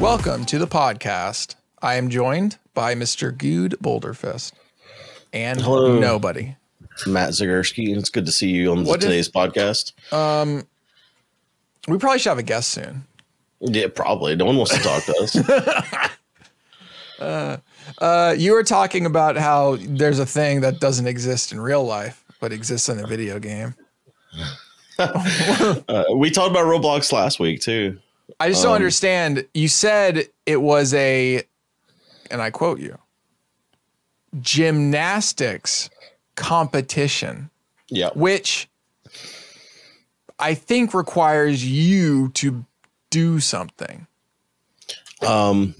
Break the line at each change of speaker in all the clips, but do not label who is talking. Welcome to the podcast. I am joined by Mr. Good Boulderfest and
Hello.
nobody.
Matt Zagorski, and it's good to see you on
What is-
today's podcast.
Um, we probably should have a guest soon.
Yeah, probably. No one wants to talk to us.
Uh, you were talking about how there's a thing that doesn't exist in real life, but exists in a video game.
Uh, we talked about Roblox last week too.
I just don't
Um,
understand. You said it was a, and I quote you, gymnastics competition,
Yeah,
which I think requires you to do something.
um,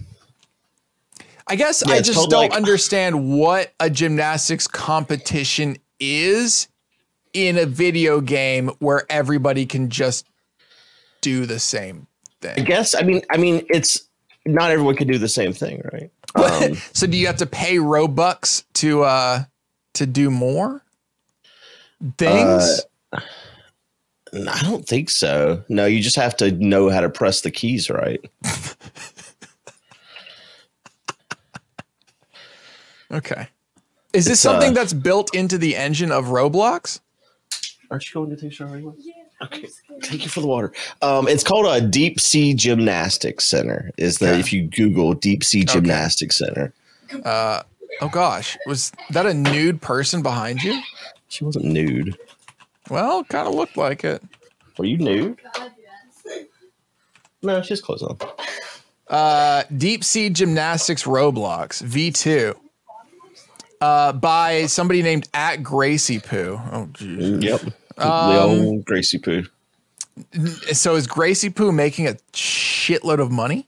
I guess
Yeah,
I
it's
just
called,
don't
like-
understand what a gymnastics competition is in a video game where everybody can just do the same
I
thing.
guess. I mean, I mean, it's not everyone can do the same thing, right? Um,
so do you have to pay Robux to uh to do more
Uh,
things?
I don't think so. No, you just have to know how to press the keys right.
okay. Is this
it's, uh,
something that's built into the engine of Roblox?
Aren't you going to take a shower anyway? Yeah. Okay. Thank you for the water. Um, it's called a Deep Sea Gymnastics Center. Is that
Okay.
if you Google Deep Sea Gymnastics Center?
Uh oh gosh, was that a nude person behind you?
She wasn't nude.
Well, kind of looked like it.
Were you nude? No, she's clothes on.
uh, Deep Sea Gymnastics Roblox V2 uh, by somebody named at Gracie Poo. Oh, geez.
Yep.
Um,
Lil Gracie Poo.
So is Gracie Poo making a shitload of money?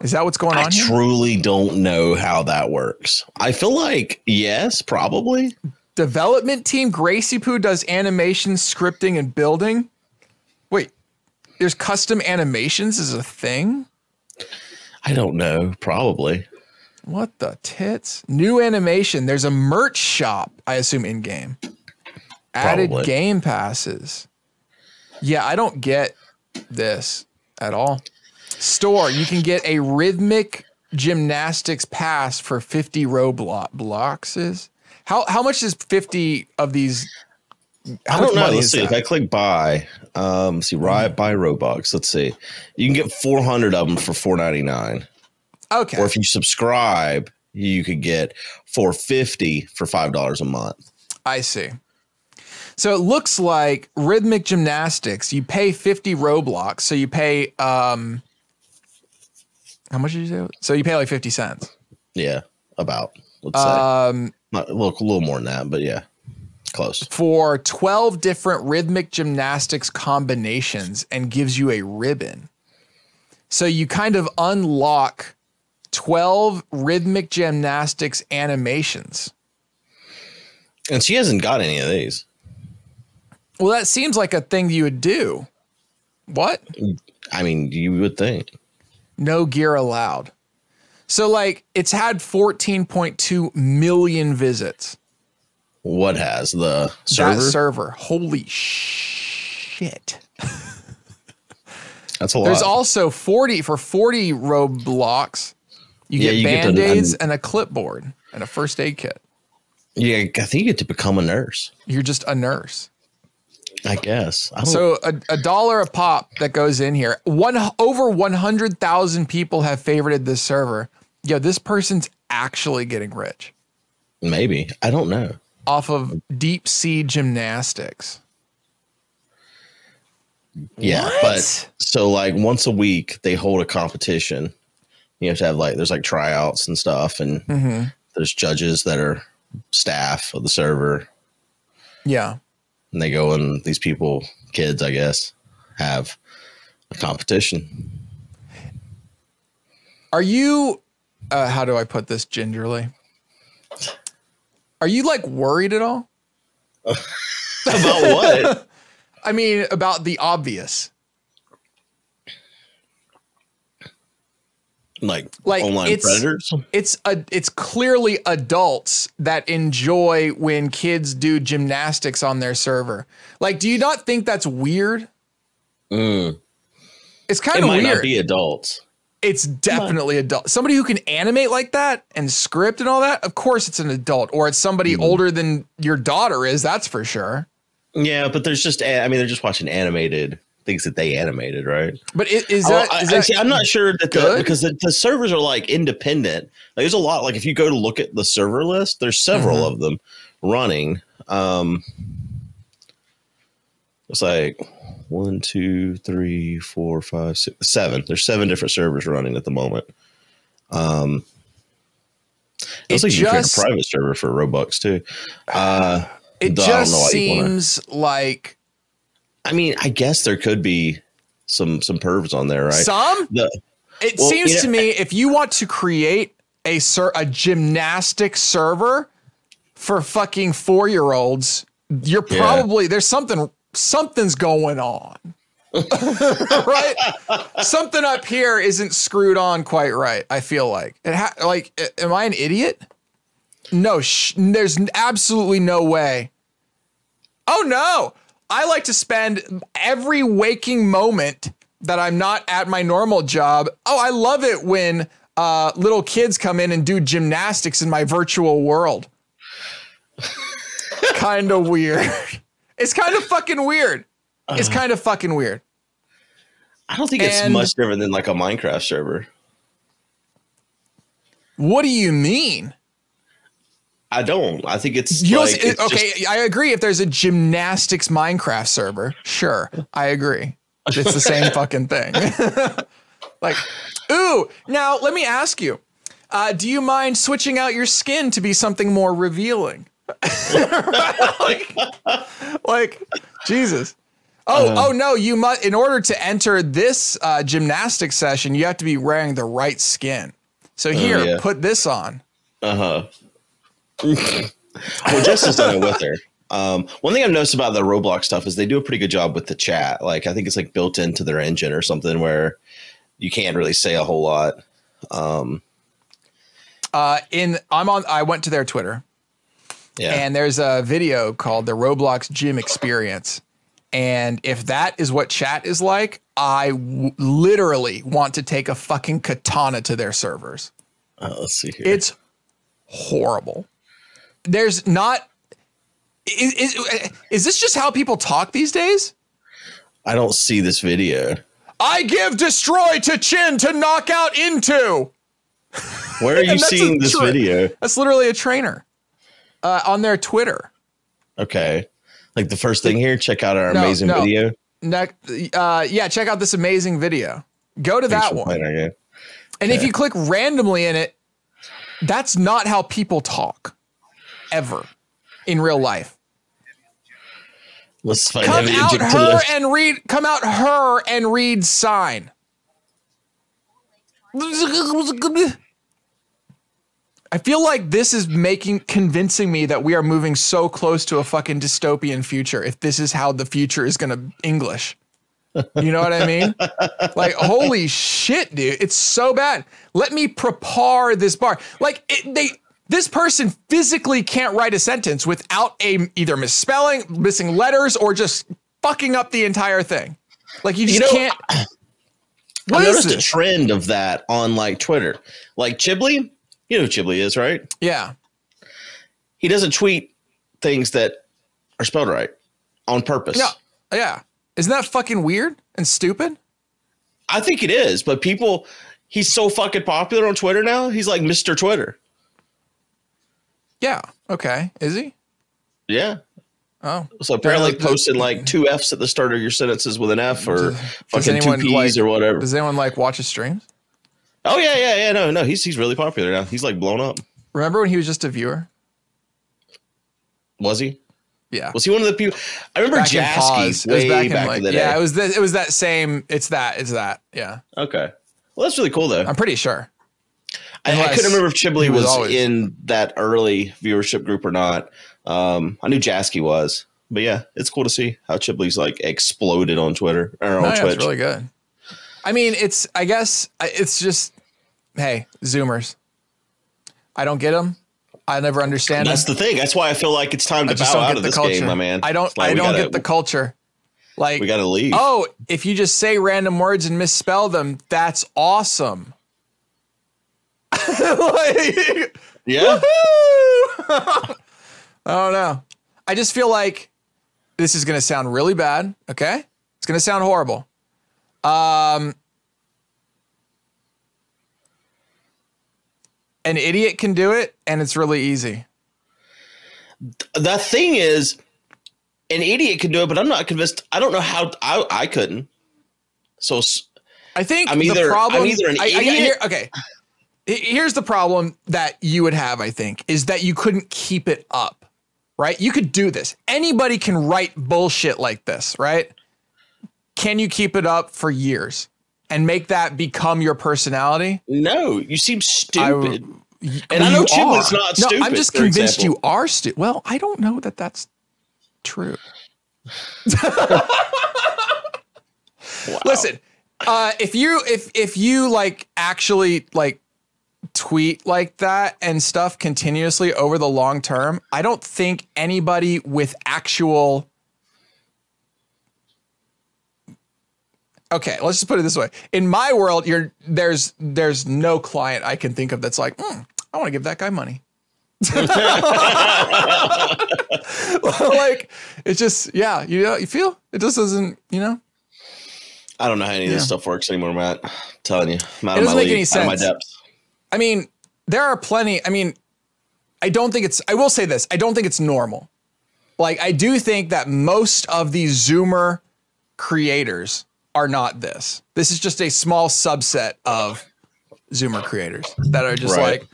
Is that what's going
I
on here?
truly don't know how that works. I feel like yes, probably.
Development team Gracie Poo does animation, scripting, and building. Wait, there's custom animations is a thing?
I don't know. Probably.
What the tits? New animation. There's a merch shop, I assume, in game. Added
Probably.
game passes. Yeah, I don't get this at all. Store, you can get a rhythmic gymnastics pass for 50 Roblox blocks. How how much is 50 of these? How
I don't
much
know.
money
Let's
is
see. If
that?
I click buy, um, see right buy Robux. Let's see. You can get four hundred of them for four ninety nine,
Okay.
or if you subscribe, you could get four fifty for five dollars a month.
I see. So it looks like rhythmic gymnastics. You pay fifty roblox, so you pay um, how much did you say? So you pay like fifty cents.
Yeah, about let's say
Um,
Not- a little, a little more than that, but yeah, close.
for twelve different rhythmic gymnastics combinations, and gives you a ribbon. So you kind of unlock twelve rhythmic gymnastics animations.
And she hasn't got any of these.
Well, that seems like a thing you would do. What?
I mean, you would think.
no gear allowed. So like it's had 14.2 million visits.
What has the server?
That server. Holy shit.
That's a lot.
There's also 40 for 40 Roblox. You
Yeah,
get
you get to-
band-aids and a clipboard and a first aid kit.
yeah, I think you get to become a nurse.
You're just a nurse.
I guess. I don't,
So a, a dollar a pop that goes in here. One over 100,000 people have favorited this server. Yo, this person's actually getting rich
maybe I don't know.
off of deep sea gymnastics.
Yeah,
What?
but so like once a week they hold a competition. You have to have like there's like tryouts and stuff, and
Mm-hmm.
there's judges that are staff of the server,
Yeah.
and they go and these people, kids, I guess, have a competition.
Are you, uh, how do I put this gingerly? Are you like worried at all?
About what?
I mean, about the obvious.
like,
Like,
online
it's-
predators?
It's a, it's clearly adults that enjoy when kids do gymnastics on their server. Like, do you not think that's weird?
Mm.
It's kind
It
of
might not
weird.
be adults.
It's definitely adult. Somebody who can animate like that and script and all that, of course it's an adult, or it's somebody
Hmm.
older than your daughter is, that's for sure.
Yeah, but there's just a- I mean they're just watching animated things that they animated, right?
But i- is
Well,
that,
I,
is that
am not sure that the,
good?
because the, the servers are like independent. Like, there's a lot. Like if you go to look at the server list, there's several
Mm-hmm.
of them running. Um, it's like one, two, three, four, five, six, seven. There's seven different servers running at the moment. Um, it looks
It
like you create a
just-
private server for Robux too. Uh,
it
I don't know
just
why you wanna-
seems like
I mean, I guess there could be some some pervs on there, right?
some
The-
It
Well,
seems
you know-
to me if you want to create a ser- a gymnastic server for fucking four year olds, you're
Yeah.
probably there's something something's going on, right? something up here isn't screwed on quite right. I feel like it. Ha- like, a- am I an idiot? No, sh- there's n- absolutely no way. Oh no. I like to spend every waking moment that I'm not at my normal job. Oh, I love it when uh, little kids come in and do gymnastics in my virtual world. kind of weird. It's kind of fucking weird. It's kind of fucking weird.
I don't think it's
And-
much different than like a Minecraft server.
What do you mean?
I don't. I think it's
You don't
like,
see-
it's
okay, I agree. If there's a gymnastics Minecraft server, sure, I agree. It's the same fucking thing. like, ooh. Now let me ask you: uh, Do you mind switching out your skin to be something more revealing? like, like, Jesus. Oh,
Uh-huh.
oh no! You must in order to enter this uh, gymnastics session, you have to be wearing the right skin. So here,
Oh, yeah.
put this on.
well, Justin's done it with her. Um, one thing I've noticed about the Roblox stuff is they do a pretty good job with the chat. Like I think it's like built into their engine or something where you can't really say a whole lot.
Uh, in I'm on. I went to their Twitter.
Yeah.
And there's a video called the Roblox Gym Experience. And if that is what chat is like, I w- literally want to take a fucking katana to their servers.
Uh, let's see here.
It's horrible. There's not. Is, is, is this just how people talk these days?
I don't see this video.
I give destroy to chin to knock out into.
Where are you
And that's a
seeing this
tra-
video?
That's literally a trainer uh, on their Twitter.
Okay. Like the first thing here, check out our
No,
amazing
no.
video.
Ne- uh, yeah, check out this amazing video. Go to
Thanks
that
for
one.
playing our game.
And if you click randomly in it, that's not how people talk ever in real life.
Let's find
Come
Evan
out
Egypt to
her
the-
and read come out her and read sign. I feel like this is making convincing me that we are moving so close to a fucking dystopian future if this is how the future is going to English. You know what I mean? like holy shit dude it's so bad let me prepare this bar like it, they this person physically can't write a sentence without a either misspelling missing letters or just fucking up the entire thing like you just
know,
can't
I
what is
noticed a
this
trend of that on like Twitter. Like Chibli, you know who Chibli is, right?
yeah
He doesn't tweet things that are spelled right on purpose.
yeah yeah isn't that fucking weird and stupid
I think it is, but people he's so fucking popular on Twitter now. He's like Mr. Twitter.
yeah okay is he
Yeah.
oh
So apparently
Yeah, the-
posting like two F's at the start of your sentences with an F or fucking two
anyone
P's
like-
or whatever.
does anyone like watch his streams
Oh yeah, yeah, yeah. No, no, he's he's really popular now. He's like blown up.
remember when he was just a viewer
Was he?
yeah
Was he one of the people? I remember
Back in pause.
Jasky
It was
way
back
back,
in like
in the day.
yeah, it was this, it was that same. It's that. It's that. Yeah,
okay. Well, that's really cool though.
I'm pretty sure.
I, I
Unless
couldn't remember if
he
Chibli
was
was,
always-
in that early viewership group or not. Um, I knew Jasky was, but yeah, it's cool to see how Chibli's like exploded on Twitter or on
No, yeah,
Twitch.
it's really good. I mean, it's. I guess I- it's just. Hey, Zoomers. I don't get them. I never understand.
That's
'em.
the thing. That's why I feel like it's time to
I just
bow
don't
out
get
of
the
this
culture,
game, my man.
I don't.
It's like
I
we
don't
gotta-
get the culture. Like,
We got to leave.
oh, if you just say random words and misspell them, that's awesome. like,
yeah.
I don't know. I just feel like this is going to sound really bad. Okay. It's going to sound horrible. Um, an idiot can do it and it's really easy.
The thing is, an idiot can do it, but I'm not convinced. I don't know how I, I couldn't. So s-
I think
I'm either-
the
I'm
problem.
either an
I- I-
idiot-
here- okay. He- Here's the problem that you would have, I think, is that you couldn't keep it up, right? You could do this. Anybody can write bullshit like this, right? Can you keep it up for years and make that become your personality?
no, you seem stupid.
Y-
And I
you
know Chiblet's
are.
not
no, I'm
stupid,
just
for
convinced
example.
you are stupid. Well, I don't know that that's true.
Wow.
Listen, uh, if you if if you like actually like tweet like that and stuff continuously over the long term, I don't think anybody with actual Okay, let's just put it this way. In my world, you're there's there's no client I can think of that's like, "Hmm, I want to give that guy money. like it's just yeah, you know, you feel it just doesn't, you know.
I don't know how any of this
Yeah.
stuff works anymore, Matt. I'm telling you, I'm out
It
of my
doesn't make any
league, out of my
sense.
depth.
I mean, there are plenty. I mean, I don't think it's, I will say this, I don't think it's normal. Like, I do think that most of these Zoomer creators are not this. This is just a small subset of Zoomer creators that are just
Right.
like,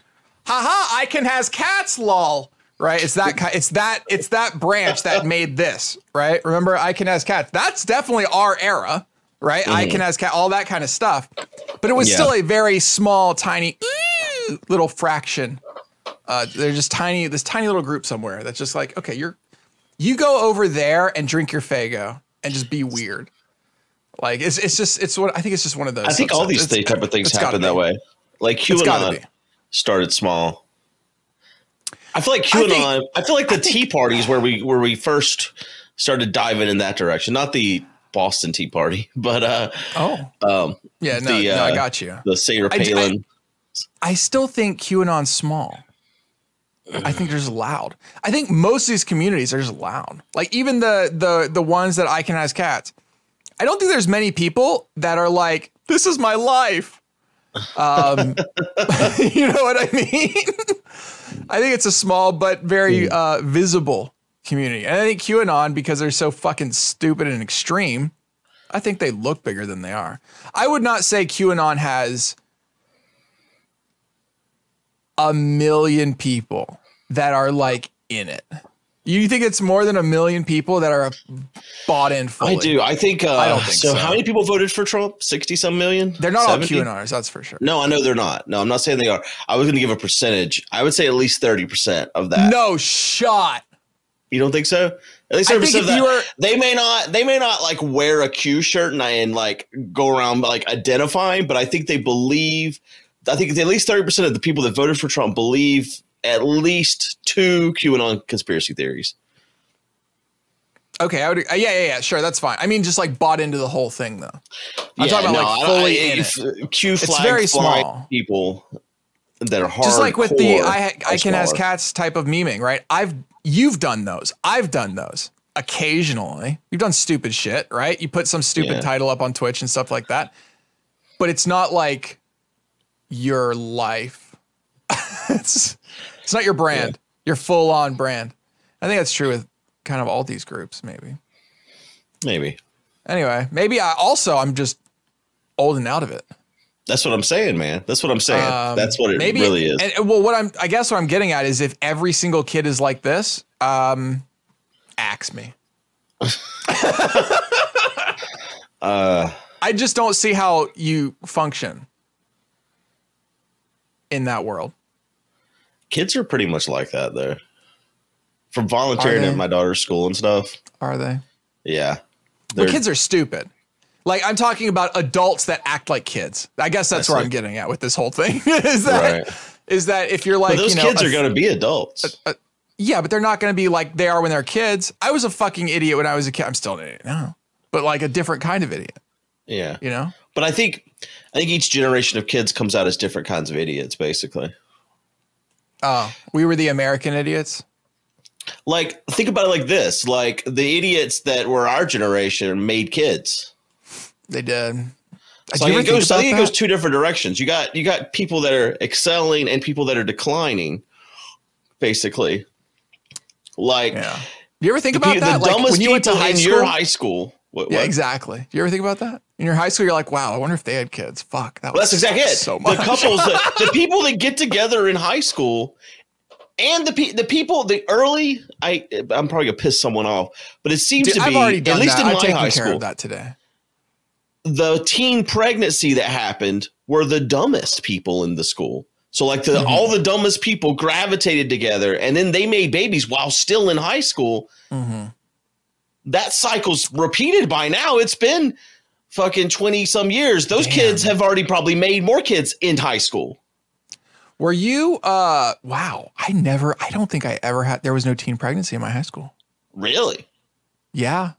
haha, I can has cats, lol. Right? It's that, ki- it's that, it's that branch that made this, right? Remember, I can has cats. That's definitely our era, right? I can has cat, all that kind of stuff. But it was
Yeah.
still a very small, tiny, "Ooh," little fraction. Uh, they're just tiny, this tiny little group somewhere that's just like, okay, you're, you go over there and drink your Fago and just be weird. Like it's it's just it's what I think it's just one of those.
I think all
subsets.
these
It's-
things, type of things
it's gotta
happen
be.
that way. Like
It's gotta
QAnon
be.
started small. I feel like QAnon. I,
think-
feel like the Tea Parties where we where we first started diving in that direction. Not the Boston Tea Party, but uh,
Oh
um,
yeah, no,
the,
no, I
uh,
got you.
the Sarah
I- I-
Palin.
I still think QAnon's small. I think they're just loud. I think most of these communities are just loud. Like even the the the ones that I can as cats. I don't think there's many people that are like, this is my life. Um, you know what I mean? I think it's a small but very
Hmm.
uh, visible community. And I think QAnon, because they're so fucking stupid and extreme, I think they look bigger than they are. I would not say QAnon has a million people that are like in it. You think it's more than a million people that are bought in fully?
I do. I think. Uh,
I don't think
so,
so.
How many people voted for Trump? Sixty some million.
They're not
70?
all QAnoners, that's for sure.
No, I know they're not. No, I'm not saying they are. I was going to give a percentage. I would say at least thirty percent of that.
No shot.
You don't think so? At least
I
I
think
think
if you were-
they may not they may not like wear a Q shirt and, I, and like go around like identifying, but I think they believe I think at least thirty percent of the people that voted for Trump believe at least two QAnon conspiracy theories.
Okay, I would. uh, yeah, yeah, yeah. Sure, that's fine. I mean, just like bought into the whole thing though. I'm talking about like fully in it.
uh, Q flag
very
flying
small.
people that are hard.
Just like with the I ha- I can ask cats type of memeing, right? I've you've done those. I've done those occasionally. You've done stupid shit, right? You put some stupid
Yeah.
title up on Twitch and stuff like that. But it's not like your life. it's it's not your brand. Your full on brand. I think that's true with kind of all these groups, maybe.
maybe.
Anyway, maybe I also I'm just old and out of it.
That's what I'm saying, man. That's what I'm saying.
Um,
That's what it really is.
And, and, well, what I'm I guess what I'm getting at is if every single kid is like this, um, axe me.
uh,
I just don't see how you function in that world.
Kids are pretty much like that though. From
Are
volunteering
they?
at my daughter's school and stuff.
Are they?
Yeah.
Well,
They're-
kids are stupid. Like I'm talking about adults that act like kids. I guess that's,
That's
where I'm
like-
getting at with this whole thing. is that is
Right.
that if you're like
but those
you know,
kids
a
are going to be adults.
Yeah, but they're not going to be like they are when they're kids. I was a fucking idiot when I was a kid. I'm still an idiot now. but like a different kind of idiot,
Yeah.
you know?
But I think I think each generation of kids comes out as different kinds of idiots, basically.
Oh, we were the American idiots.
Like think about it like this: like the idiots that were our generation made kids.
They did. Did
So I
you
think,
ever
it goes,
think
I think it
about
goes
that?
two different directions. You got you got people that are excelling and people that are declining, basically. Like
Yeah. Do you ever think
the,
about
pe-
that?
the
like
dumbest
when you
people
went to high
in
school.
your high school. What,
yeah,
what?
exactly. Do you ever think about that? In your high school, you're like, wow, I wonder if they had kids. Fuck. That was
Well, that's exactly it.
So
the
much.
couples, that, the people that get together in high school, and the pe- the people, the early. I I'm probably gonna piss someone off, but it seems
Dude,
to be
I've already done
at least
that. I've
in
taken
my high
care
school,
of that today.
the teen pregnancy that happened were the dumbest people in the school. So like
Mm-hmm.
the, all the dumbest people gravitated together, and then they made babies while still in high school.
Mhm.
That cycle's repeated by now. It's been fucking twenty some years. Those
Damn.
kids have already probably made more kids in high school.
Were you? uh Wow, I never. I don't think I ever had. There was no teen pregnancy in my high school.
Really?
Yeah.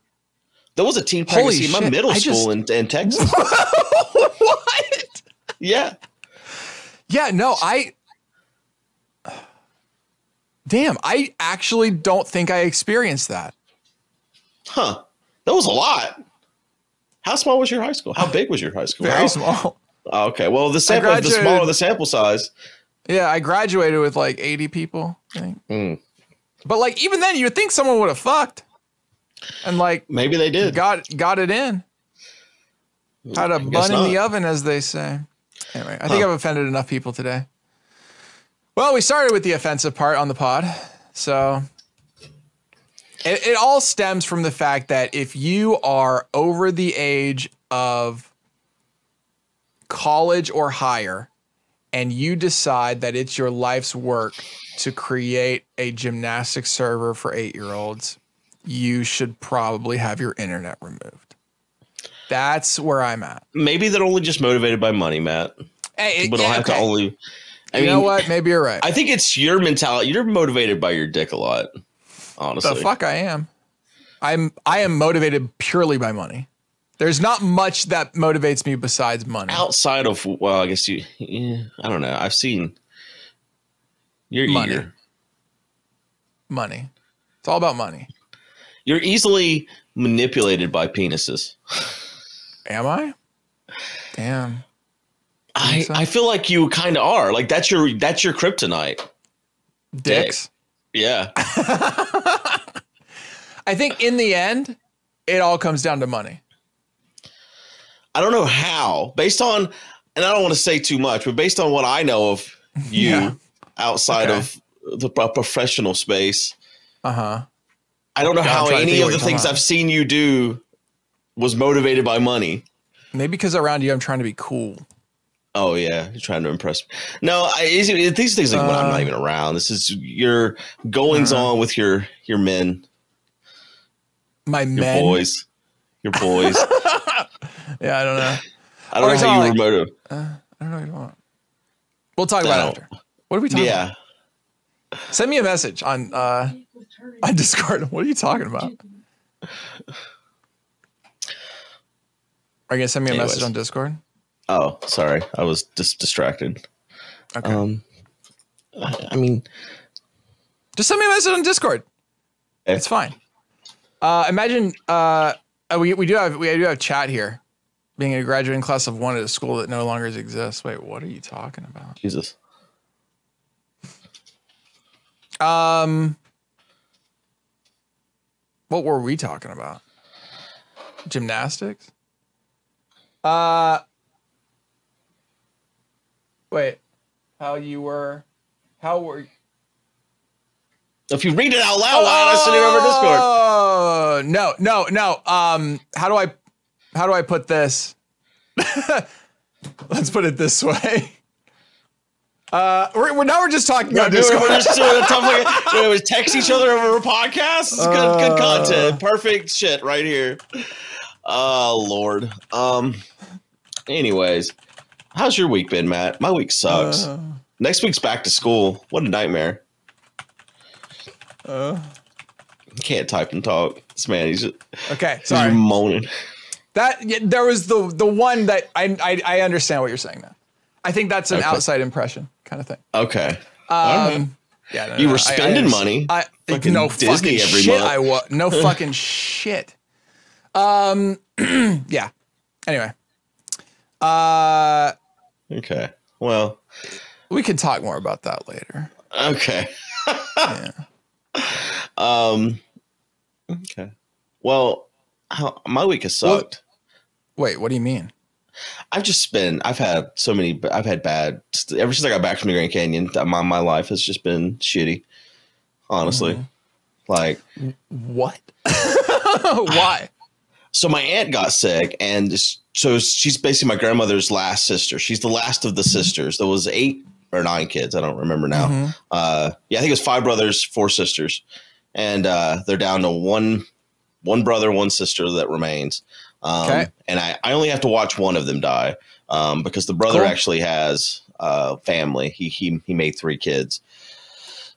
There was a teen
Holy
pregnancy in my
shit,
middle
I
school in, in Texas.
what?
yeah.
Yeah. No, I. Damn, I actually don't think I experienced that.
Huh. That was a lot. How small was your high school? How big was your high school?
Very
How-
small.
Oh, okay. Well, the sample the
graduated-
smaller the sample size.
Yeah, I graduated with like 80 people, I think.
Mm.
But like even then you would think someone would have fucked. And like
Maybe they did.
got got it in. Had a
guess
bun in the
not.
oven, as they say. Anyway, I think
Huh.
I've offended enough people today. Well, we started with the offensive part on the pod. So it, it all stems from the fact that if you are over the age of college or higher and you decide that it's your life's work to create a gymnastics server for eight year olds, you should probably have your internet removed. That's where I'm at.
Maybe they're only just motivated by money, Matt.
Hey,
People
yeah,
don't have to
okay.
only. I
you
mean,
know what? Maybe you're right.
I think it's your mentality. You're motivated by your dick a lot. Honestly,
the fuck I am. I'm I am motivated purely by money. There's not much that motivates me besides money.
outside of well, I guess you. Yeah, I don't know. I've seen. You're
Money.
eager.
Money. It's all about money.
You're easily manipulated by penises.
Am I? Damn.
I, I feel like you kind of are. Like that's your that's your kryptonite.
Dicks.
Yeah.
I think in the end, it all comes down to money.
I don't know how. Based on and I don't want to say too much, but based on what I know of you
Yeah.
outside
Okay.
of the pro- professional space,
Uh huh.
I don't know
Yeah, I'm
how
trying to
any
think
of
what
the
you're talking
things
about.
I've seen you do was motivated by money.
Maybe because around you, I'm trying to be cool.
Oh yeah, you're trying to impress me. No, I, it's- it- these things like when I'm
Uh, uh-huh.
not even around. This is your goings on with your your men,
My
your
men.
boys, your boys.
Yeah, I don't know.
I don't
Or
know
it's
how you
not like-
were motivated.
I don't know what you want. We'll talk about it
No.
after. What are we talking
Yeah.
about? Send me a message on uh on Discord. What are you talking about? Are you gonna send me a message
Anyways.
on Discord?
Oh, sorry. I was just distracted.
Okay.
Um, I, I mean,
Just send me a message on Discord.
Okay.
It's fine. Uh, imagine uh, uh, we we do have we do have chat here. Being a graduating class of one at a school that no longer exists. Wait, what are you talking about?
Jesus.
Um, what were we talking about? Gymnastics. Uh, wait, how you were? How were?
If you read it out loud, why did I send it over Discord?
Oh no, no, no. Um, how do I, how do I put this? Let's put it this way. Uh, we're, we're now we're just talking about
Dude,
Discord.
we're just doing a tough like, we text each other over a podcast. It's good,
Uh.
good content. Perfect shit right here. Oh, Lord. Um. Anyways, how's your week been, Matt? My week sucks.
Uh,
Next week's back to school. What a nightmare.
uh.
Can't type and talk. This man, he's, he's
Okay, sorry.
moaning.
That yeah, there was the the one that I I, I understand what you're saying now. I think that's an
Okay.
outside impression kind of thing.
Okay.
Um, yeah, no, no,
You
no, I-
were
I
spending
understand.
money.
I
Fucking
no
Disney
fucking
every
shit.
month.
I was no fucking shit. Um, yeah. Anyway, uh,
okay. Well,
we can talk more about that later.
okay. Um, okay. Well, how, my week has
Well-
sucked.
Wait, what do you mean?
I've just been. I've had so many. I've had bad. Ever since I got back from the Grand Canyon, my my life has just been shitty. Honestly,
Mm-hmm.
like
What? Why?
so, my aunt got sick, and s- so she's basically my grandmother's last sister. She's the last
Mm-hmm.
of the sisters. There was eight or nine kids. I don't remember now.
Mhm.
Uh, yeah, I think it was five brothers, four sisters, and uh, they're down to one one brother, one sister that remains. Um,
Okay.
And I, I only have to watch one of them die um, because the brother
Cool.
actually has uh, family. He, he he made three kids,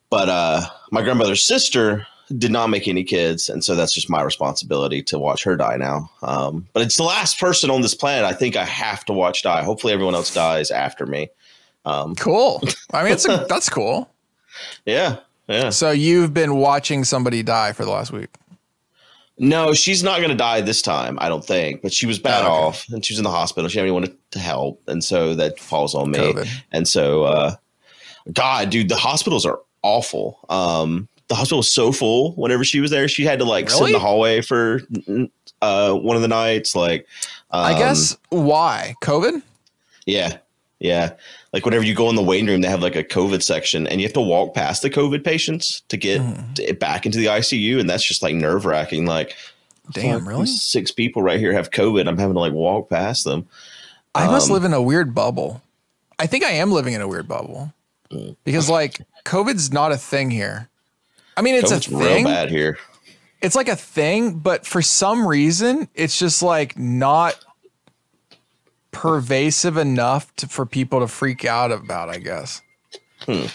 but uh, my grandmother's sister did not make any kids, and so that's just my responsibility to watch her die now. Um, but it's the last person on this planet. I think I have to watch die. Hopefully, everyone else dies after me. Um,
Cool. I mean, it's a, that's cool.
yeah, yeah.
So you've been watching somebody die for the last week.
No, she's not going to die this time, I don't think. But she was
Oh,
bad
okay.
off, and she was in the hospital. She had anyone to- to help, and so that falls on me.
COVID.
And so, uh, God, dude, the hospitals are awful. Um, the hospital was so full whenever she was there. She had to like sit in
Really?
the hallway for uh, one of the nights. Like, um,
I guess why COVID?
yeah. Yeah. Like whenever you go in the waiting room, they have like a COVID section and you have to walk past the COVID patients to get
Mm.
t- back into the ICU. And that's just like nerve wracking. Like,
Damn,
fuck,
really?
these Six people right here have COVID. I'm having to like walk past them.
I must
Um,
live in a weird bubble. I think I am living in a weird bubble
Mm.
because like COVID's not a thing here. I mean, it's
COVID's
a
real
thing.
bad here.
It's like a thing, but for some reason, it's just like not pervasive enough to, for people to freak out about. I guess
Hmm.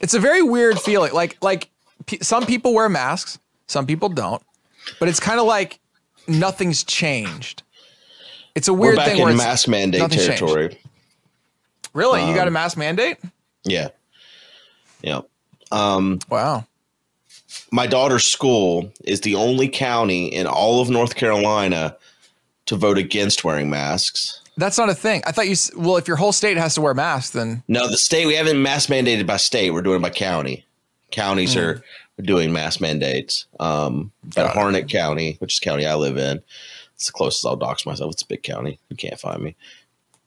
it's a very weird feeling. Like like pe some people wear masks, some people don't, but it's kind of like nothing's changed. It's a
We're
weird
back
thing where
in
it's
mask mandate
nothing's changed.
territory.
Really? you got a mask mandate?
Yeah. Yeah. Um,
Wow.
my daughter's school is the only county in all of North Carolina to vote against wearing masks.
That's not a thing. I thought you, s- well, if your whole state has to wear masks, then
No, the state we haven't mass mandated by state. We're doing it by county. Counties are doing mass mandates. Um, but
Hmm. Got it.
Harnett County, which is the county I live in, it's the closest I'll dox myself. It's a big county. You can't find me.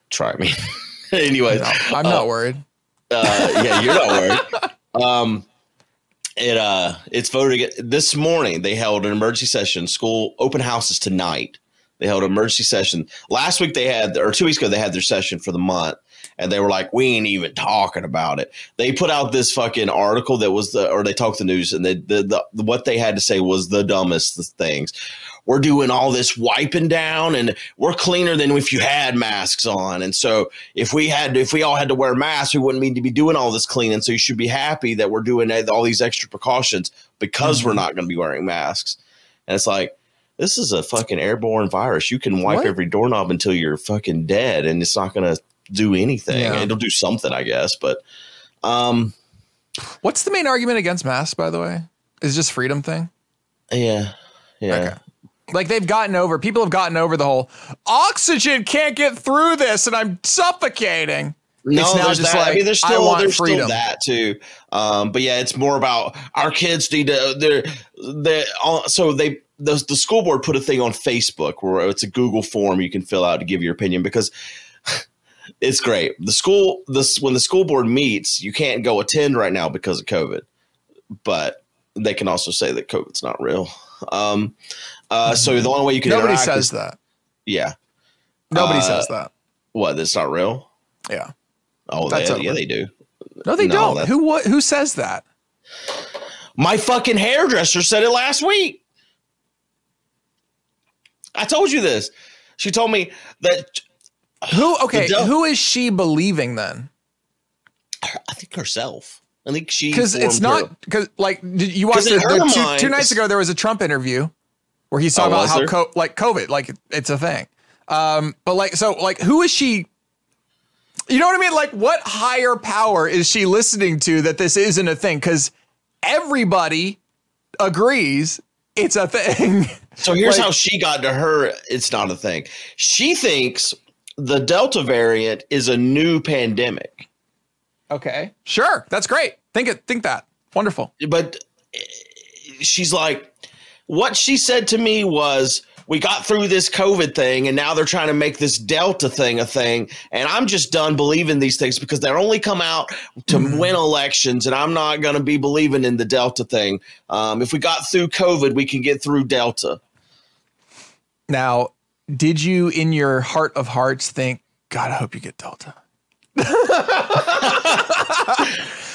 Try me. Anyways,
no, I'm
Oh.
not worried.
uh, yeah, you're not worried. Um, it uh, it's voted ag- this morning. They held an emergency session. School open houses tonight. They held an emergency session last week. They had or two weeks ago they had their session for the month, and they were like, "We ain't even talking about it." They put out this fucking article that was the or they talked the news and they, the, the what they had to say was the dumbest things. We're doing all this wiping down, and we're cleaner than if you had masks on, and so if we had if we all had to wear masks, we wouldn't need to be doing all this cleaning. So you should be happy that we're doing all these extra precautions because we're not going to be wearing masks. And it's like this is a fucking airborne virus. You can wipe
What?
every doorknob until you're fucking dead, and it's not going to do anything.
Yeah.
It'll do something, I guess, but um,
What's the main argument against masks, by the way? Is it just freedom thing?
yeah, yeah.
Okay. Like they've gotten over, people have gotten over the whole oxygen can't get through this and I'm suffocating.
No,
It's now
there's
just
that. I
like,
mean, there's
I
still
want
there's still
freedom.
that too. Um, but yeah, it's more about our kids need to. They're they are so they the, the school board put a thing on Facebook where it's a Google form you can fill out to give your opinion because it's great. The school this when the school board meets, you can't go attend right now because of COVID, but they can also say that COVID's not real. Um, uh, so the only way you can
Mm-hmm. Nobody
interact
says
is-
that.
yeah,
Nobody
Uh,
says that.
what that's not real.
Yeah.
Oh,
That's
they,
over.
yeah, they do.
No, they
no,
don't.
that's-
Who what, who says that?
My fucking hairdresser said it last week. I told you this. She told me that
Who okay,
The dumb-
who is she believing then?
I think herself. I think she
because it's
formed her-
not because like did you watched
'Cause in
the, the
her
two,
mind-
two nights ago there was a Trump interview where he's talking
Oh,
about
was
how
there?
co- like COVID like it's a thing. Um, but like so like who is she? You know what I mean? Like what higher power is she listening to that this isn't a thing? Because everybody agrees it's a thing.
So here's
Like-
how she got to her. It's not a thing. She thinks the Delta variant is a new pandemic,
okay, sure, that's great. Think it. Think that. Wonderful.
but eh, she's like, what she said to me was, we got through this COVID thing, and now they're trying to make this Delta thing a thing. And I'm just done believing these things because they only come out to win elections, and I'm not going to be believing in the Delta thing. Um, if we got through COVID, we can get through Delta.
Now, did you in your heart of hearts think, God, I hope you get Delta?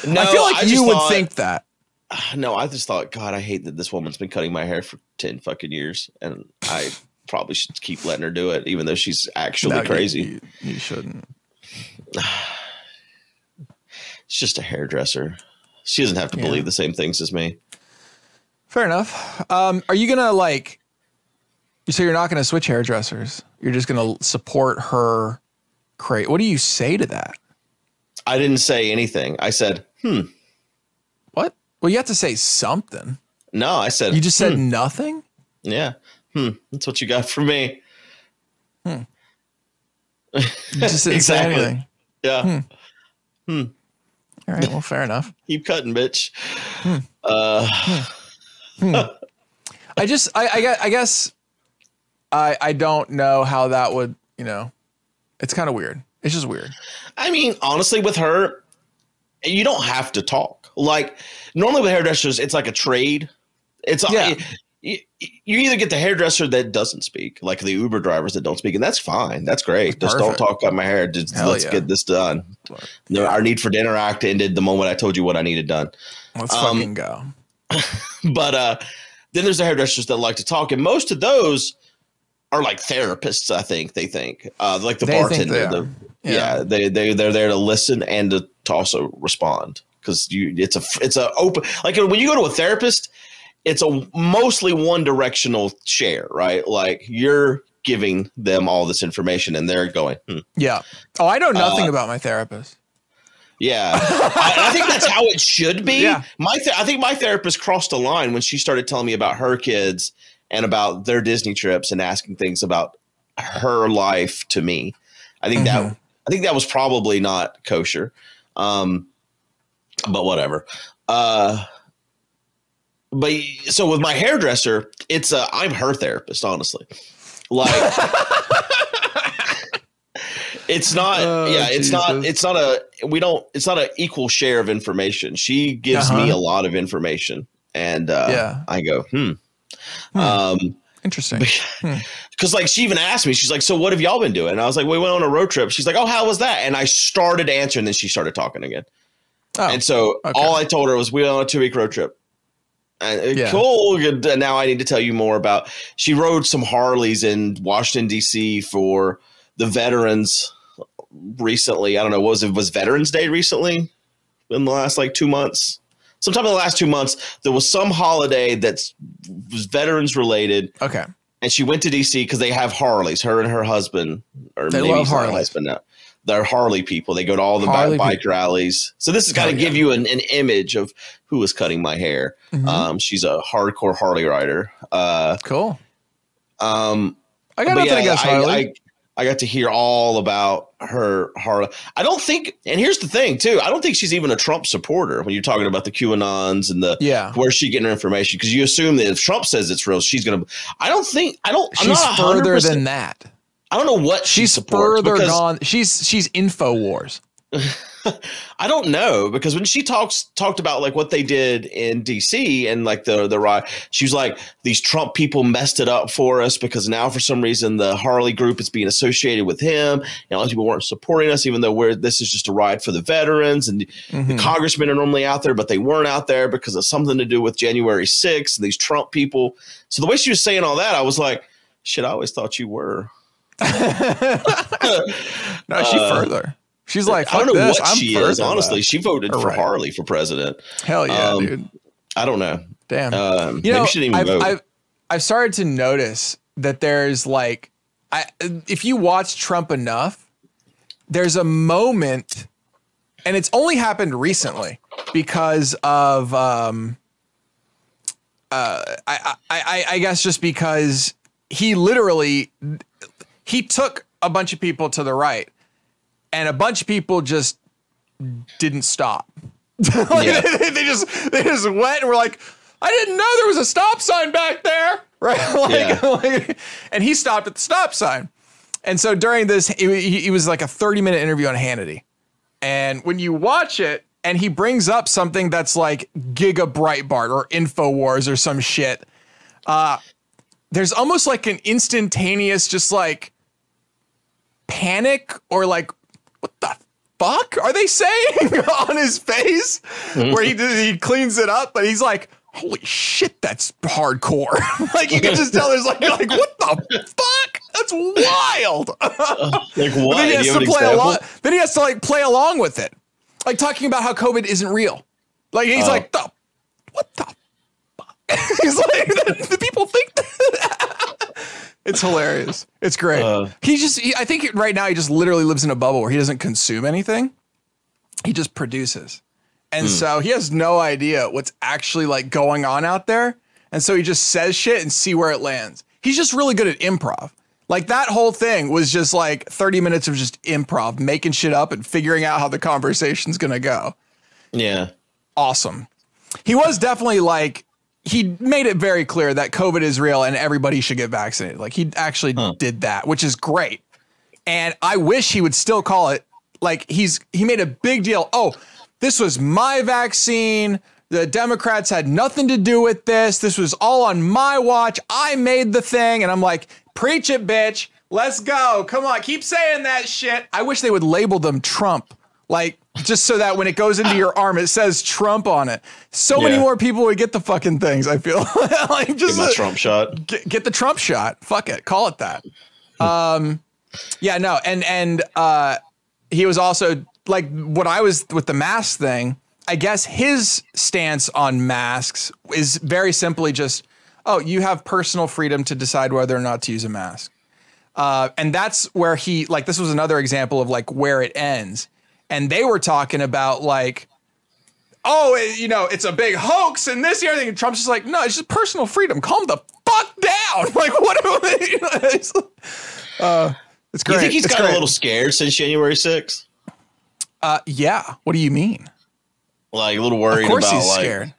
No,
I feel like
just
you would
thought-
think that.
No, I just thought, God, I hate that this woman's been cutting my hair for ten fucking years, and I probably should keep letting her do it, even though she's actually
No, you-
crazy.
You, you shouldn't.
It's just a hairdresser. She doesn't have to
Yeah.
believe the same things as me.
Fair enough. Um, are you gonna like? So you're not gonna switch hairdressers. You're just gonna support her. Crate. What do you say to that?
I didn't say anything. I said, hmm.
What? Well, you have to say something.
No, I said,
You just said
Hmm.
nothing.
yeah, hmm. That's what you got for me.
You just didn't
Exactly.
say anything.
Yeah,
Hmm. All right. Well, fair enough.
keep cutting, bitch.
Hmm.
Uh,
I just, I, I, gue- I guess, I, I don't know how that would, you know, it's kind of weird. It's just weird.
I mean, honestly, with her, you don't have to talk. Like normally with hairdressers, it's like a trade. It's
Yeah.
you, you either get the hairdresser that doesn't speak, like the Uber drivers that don't speak, and that's fine. That's great.
That's
Just don't
perfect.
talk about my hair. Just
Hell
let's
yeah.
get this done. No, Our need for dinner act ended the moment I told you what I needed done.
Let's
Um,
fucking go.
But uh, then there's the hairdressers that like to talk, and most of those are like therapists. I think they think uh, like the
They think
bartender.
they
the,
are.
yeah. they they they're there to listen and to, to also respond because you it's a it's a open like when you go to a therapist, it's a mostly one directional share, right? Like you're giving them all this information and they're going, hmm,
Yeah. Oh, I know nothing
Uh,
about my therapist.
yeah. I, I think that's how it should be.
Yeah.
My th- I think my therapist crossed a line when she started telling me about her kids and about their Disney trips and asking things about her life to me. I think
Mm-hmm.
that I think that was probably not kosher. Um, but whatever. Uh, but so with my hairdresser, it's uh, I'm her therapist, honestly. Like it's not
Oh,
yeah, it's not
Jesus.
it's not a we don't it's not an equal share of information. She gives me
Uh-huh.
a lot of information and uh
Yeah.
I go, "Hmm." Um
Interesting.
because like she even asked me, she's like, "So what have y'all been doing?" And I was like, "We went on a road trip." She's like, "Oh, how was that?" And I started answering, then she started talking again.
Oh,
And so
okay.
all I told her was, "We went on a two week road trip." And, uh,
Yeah.
Cool. Good. And Now I need to tell you more about. She rode some Harleys in Washington D.C. for the veterans recently. I don't know. What was it was Veterans Day recently? In the last like two months, sometime in the last two months, there was some holiday that was veterans related
okay.
and she went to DC because they have Harleys. Her and her husband, or
They
maybe
love
he's not her
Harleys.
husband now. They're Harley people. They go to all the bi-
Harley
bike rallies. So this is kind
Hell
of
yeah.
give you an, an image of who is cutting my hair.
Mhm.
Um, she's a hardcore Harley rider. Uh,
cool.
um,
I got
but
nothing
yeah,
against
I-
Harley.
I, I got to hear all about her Harley. I don't think, and here's the thing too. I don't think she's even a Trump supporter when you're talking about the QAnons and the
yeah.
where's she getting her information? Because you assume that if Trump says it's real, she's gonna. I don't think. I don't. I'm
She's
not
further
100%
than that.
I don't know what she
She's
supports
further
because
gone. She's she's InfoWars.
I don't know because when she talks talked about like what they did in DC and like the the riot, she was like these Trump people messed it up for us because now for some reason the Harley group is being associated with him. And all these people weren't supporting us, even though we're this is just a ride for the veterans and
Hmm. Mm-hmm.
the congressmen are normally out there, but they weren't out there because of something to do with January 6th and these Trump people. So the way she was saying all that, I was like, shit, I always thought you were.
No, she's
Uh,
further. She's like,
I don't
"Fuck
know
this,
what
I'm
she
for
is.
that."
Honestly, she voted for
Right.
Harley for president.
Hell yeah,
Um,
dude.
I don't know.
Damn.
Um,
you know,
maybe she didn't even
I've,
vote.
I've I've started to notice that there's like, I if you watch Trump enough, there's a moment, and it's only happened recently because of um, uh, I, I I I guess just because he literally he took a bunch of people to the right, and a bunch of people just didn't stop. Like,
Yeah.
they, they just they just went and were like, I didn't know there was a stop sign back there, right? like,
Yeah.
like- and he stopped at the stop sign. And so during this, it, he, he was like a 30 minute interview on Hannity. And when you watch it, and he brings up something that's like Giga Breitbart or Infowars or some shit, uh, there's almost like an instantaneous, just like panic or like, what the fuck are they saying on his face? Where he he cleans it up, but he's like, holy shit, that's hardcore. like you can just tell there's like, you're like what the fuck? That's wild.
like what?
Then he
Do
has to
you have an
play
example?
along. Then he has to like play along with it, like talking about how COVID isn't real. Like he's
Oh.
like, the, what the? Fuck? he's like, the, the people think that." It's hilarious. It's great.
Uh.
he just, he, I think right now he just literally lives in a bubble where he doesn't consume anything. He just produces. And so he has no idea what's actually like going on out there. And so he just says shit and see where it lands. He's just really good at improv. Like that whole thing was just like 30 minutes of just improv, making shit up and figuring out how the conversation's going to go.
Yeah.
Awesome. He was definitely like he made it very clear that COVID is real and everybody should get vaccinated. Like he actually did that, which is great. And I wish he would still call it like he's he made a big deal. Oh, this was my vaccine. The Democrats had nothing to do with this. This was all on my watch. I made the thing and I'm like, "Preach it, bitch. Let's go. Come on. Keep saying that shit." I wish they would label them Trump. Like just so that when it goes into your arm it says Trump on it. So many
Yeah.
more people would get the fucking things, I feel. like just
My
a-
Trump shot.
get, get the Trump shot. Fuck it, call it that. Um, yeah, no, and and uh, he was also like what I was with the mask thing. I guess his stance on masks is very simply just, oh, you have personal freedom to decide whether or not to use a mask. Uh, and that's where he like this was another example of like where it ends. And they were talking about like oh, it- you know, it's a big hoax and this and everything. And Trump's just like, no, it's just personal freedom. Calm the fuck down. Like, what? Am I, you know, it's, uh, it's great.
You think he's
It's
gotten
great.
a little scared since January 6th?
Uh, yeah. What do you mean?
Like a little worried
Of course
about
he's
like
scared.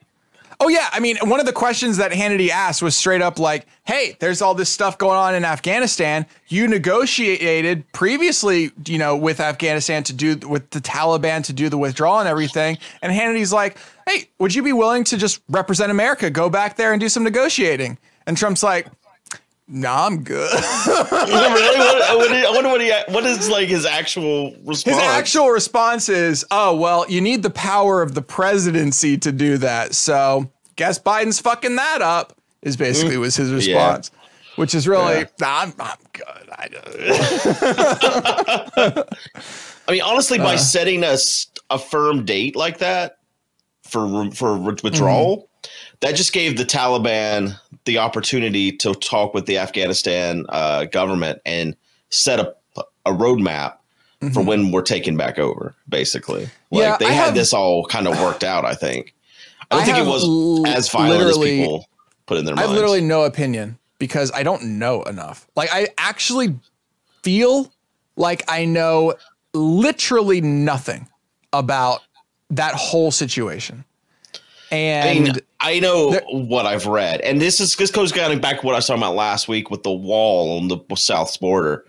Oh yeah, I mean, one of the questions that Hannity asked was straight up like, "Hey, there's all this stuff going on in Afghanistan. You negotiated previously, you know, with Afghanistan to do with the Taliban to do the withdrawal and everything." And Hannity's like, "Hey, would you be willing to just represent America, go back there and do some negotiating?" And Trump's like, "Nah, I'm good."
really? What, what, I wonder what he what is like his actual
His
response.
actual response is, "Oh well, you need the power of the presidency to do that." So guess Biden's fucking that up. Is basically was his response, which is really,
Mm. Yeah.
"Nah, I'm, I'm good. I don't-"
I mean, honestly, by
Uh.
setting us a firm date like that for re- for re- withdrawal,
Mm-hmm.
that just gave the Taliban the opportunity to talk with the Afghanistan uh, government and set up a roadmap for when we're taken back over. Basically, like
Mm-hmm. Yeah,
they
I
had
have-
this all kind of worked out. I think. I don't
I
think it
have
was
l-
as violent as
literally-
people put in their
I
minds.
have literally no opinion because I don't know enough. Like I actually feel like I know literally nothing about that whole situation,
I
and
mean, I know
There-
what I've read, and this is this goes kind of back to what I was talking about last week with the wall on the south border.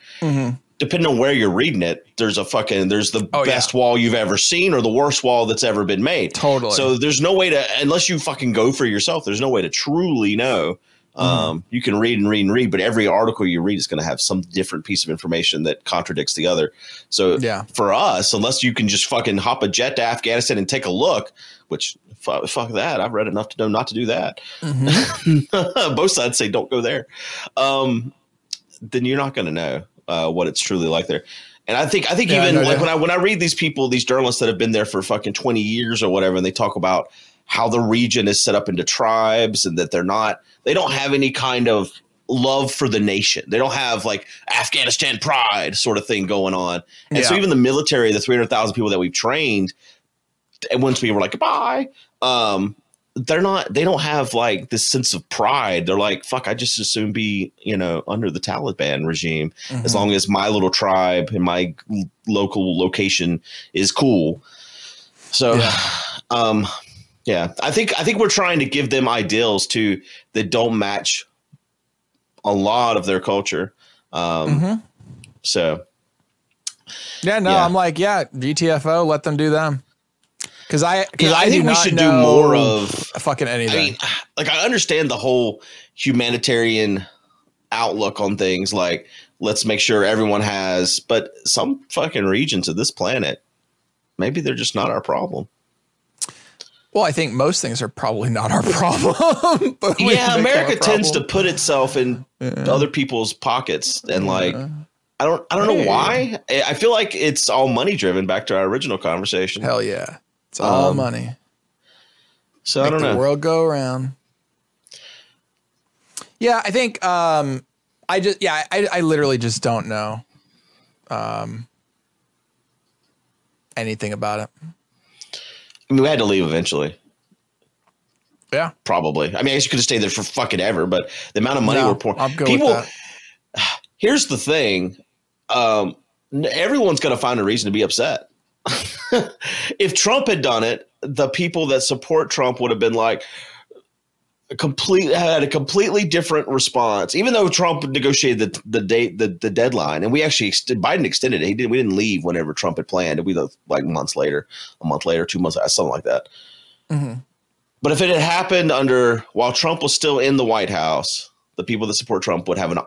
Depending on where you're reading it, there's a fucking there's the
Mm-hmm. Oh, yeah.
best wall you've ever seen or the worst wall that's ever been made.
Totally.
So there's no way to unless you fucking go for yourself. There's no way to truly know.
Mm-hmm.
Um, you can read and read and read, but every article you read is going to have some different piece of information that contradicts the other. So
Yeah.
for us, unless you can just fucking hop a jet to Afghanistan and take a look, which fuck, fuck that, I've read enough to know not to do that.
Mm-hmm.
Both sides say don't go there. Um, then you're not going to know uh, what it's truly like there. And I think I think
Yeah, I
even
know
like
that.
when I when I read these people, these journalists that have been there for fucking twenty years or whatever, and they talk about how the region is set up into tribes and that they're not they don't have any kind of love for the nation. They don't have like Afghanistan pride sort of thing going on. And so
Yeah.
even the military, the three hundred thousand people that we've trained, and once we were like goodbye, um, they're not they don't have like this sense of pride. They're like, fuck, I just as soon be, you know, under the Taliban regime
Mm-hmm. Hmm.
as long as my little tribe and my l- local location is cool. So,
Yeah.
um, yeah, I think I think we're trying to give them ideals too that don't match a lot of their culture. Um,
Mhm.
So,
Yeah, no,
Yeah.
I'm like, yeah, GTFO, let them do them. Because I, because
yeah,
I,
I, think we should do more of.
fucking
I
anything.
mean, ah, like I understand the whole humanitarian outlook on things. Like, let's make sure everyone has, but some fucking regions of this planet, maybe they're just not our problem.
well, I think most things are probably not our problem. but we make
yeah,
them
America
a
tends to
problem.
put itself in other people's pockets, and like, I don't, I don't know
Hey.
why. I I feel like it's all money driven. Back to our original conversation.
Hell yeah, it's all
Um,
money.
so I
Make
don't
the
know.
world go around. Yeah, I think um I just yeah, I I literally just don't know um anything about it.
I mean, we had to leave eventually.
Yeah.
Probably. I mean, I guess you could have stayed there for fucking ever, but the amount of money
No,
we're pouring.
I'm good with
people,
that.
here's the thing um, n- everyone's going to find a reason to be upset. if Trump had done it, the people that support Trump would have been like, a complete had a completely different response. Even though Trump negotiated the the date the, the deadline, and we actually ex- Biden extended it. He didn't. We didn't leave whenever Trump had planned. We left, like months later, a month later, two months, something like that.
Mhm.
But if it had happened under while Trump was still in the White House, the people that support Trump would have an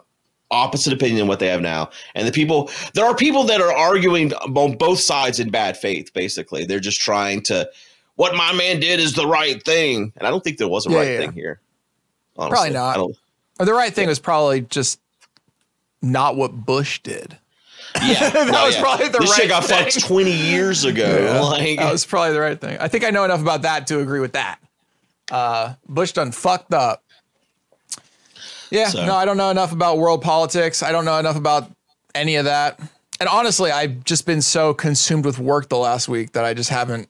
opposite opinion than what they have now. And the people there are people that are arguing on both sides in bad faith, basically. They're just trying to what my man did is the right thing. And I don't think there was a
Yeah,
right
yeah,
thing
yeah.
here. honestly.
not.
I don't-
Or the right thing was probably just not what Bush did.
yeah,
That was probably the
this
right
shit got
thing.
fucked twenty years ago. Like,
that was probably the right thing. I think I know enough about that to agree with that. Uh, Bush done fucked up. Yeah,
So-
no, I don't know enough about world politics. I don't know enough about any of that. And honestly, I've just been so consumed with work the last week that I just haven't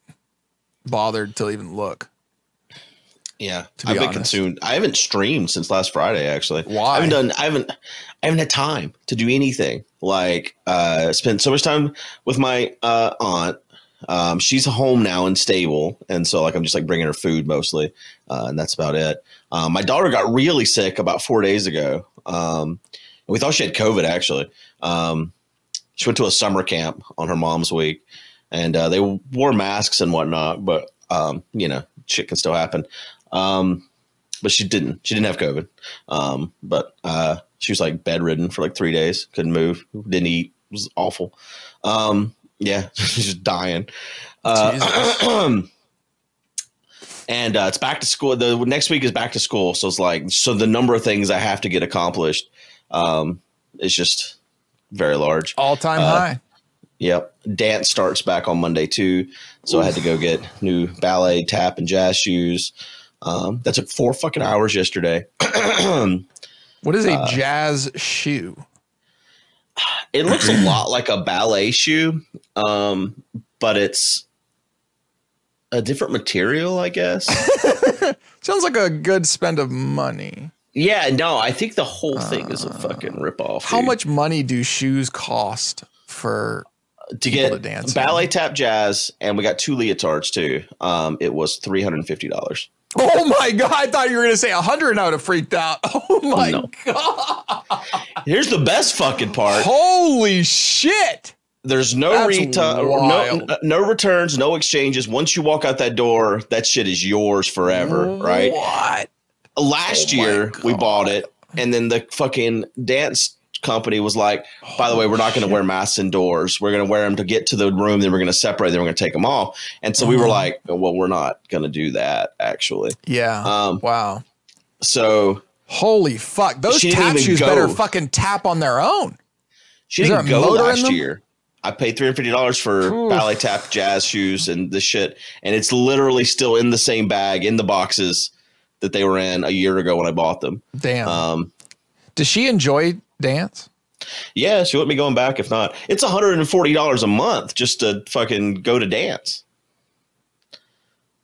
bothered to even look.
Yeah,
be
I've been
honest.
consumed. I haven't streamed since last Friday. Actually,
Why?
I haven't done. I haven't. I haven't had time to do anything. Like, uh, spent so much time with my uh, aunt. Um, she's home now and stable, and so like I'm just like bringing her food mostly, uh, and that's about it. Um, my daughter got really sick about four days ago. Um, we thought she had COVID actually. Um, she went to a summer camp on her mom's week, and uh, they wore masks and whatnot, but um, you know, shit can still happen. Um, but she didn't. She didn't have COVID. Um, but uh, she was like bedridden for like three days. Couldn't move. Didn't eat. It was awful. Um, yeah, she's just dying. Uh, and uh, it's back to school. The next week is back to school, so it's like so the number of things I have to get accomplished um, is just very large.
All time
Uh,
high.
Yep. Dance starts back on Monday too. So I had to go get new ballet, tap, and jazz shoes. Um, that took four fucking hours yesterday. it
What is a
uh,
jazz shoe?
looks a lot like a ballet shoe, um, but it's a different material, I guess.
Sounds like a good spend of money.
yeah, no, I think the whole thing is a fucking ripoff.
Uh, How
dude.
much money do shoes cost for
to
people
get
to dance in?
ballet, tap, jazz, and we got two leotards too. Um, it was three hundred and fifty dollars.
Oh my god! I thought you were gonna say a hundred, and I would have freaked out. Oh my
No.
god!
Here's the best fucking part.
Holy shit!
There's no
That's
reta- no,
wild.
no no returns, no exchanges. Once you walk out that door, that shit is yours forever, right?
What?
Last
Oh my
year we
God.
bought it, and then the fucking dance company was like, "By the way, we're
Oh,
not going to wear masks indoors. We're going to wear them to get to the room. Then we're going to separate. Then we're going to take them off." And so we were
Uh-huh.
like, "Well, we're not going to do that, actually."
Yeah.
Um,
wow.
So
Holy fuck! Those
She didn't
tap
even
shoes
go.
better fucking tap on their own.
she
Is there
didn't
a
go
motor in
last
them?
year. I paid three hundred fifty dollars for
Oof.
ballet tap jazz shoes and this shit, and it's literally still in the same bag in the boxes that they were in a year ago when I bought them.
Damn.
Um,
Does she enjoy dance?
yeah, she wouldn't be going back if not. It's one hundred and forty dollars a month just to fucking go to dance.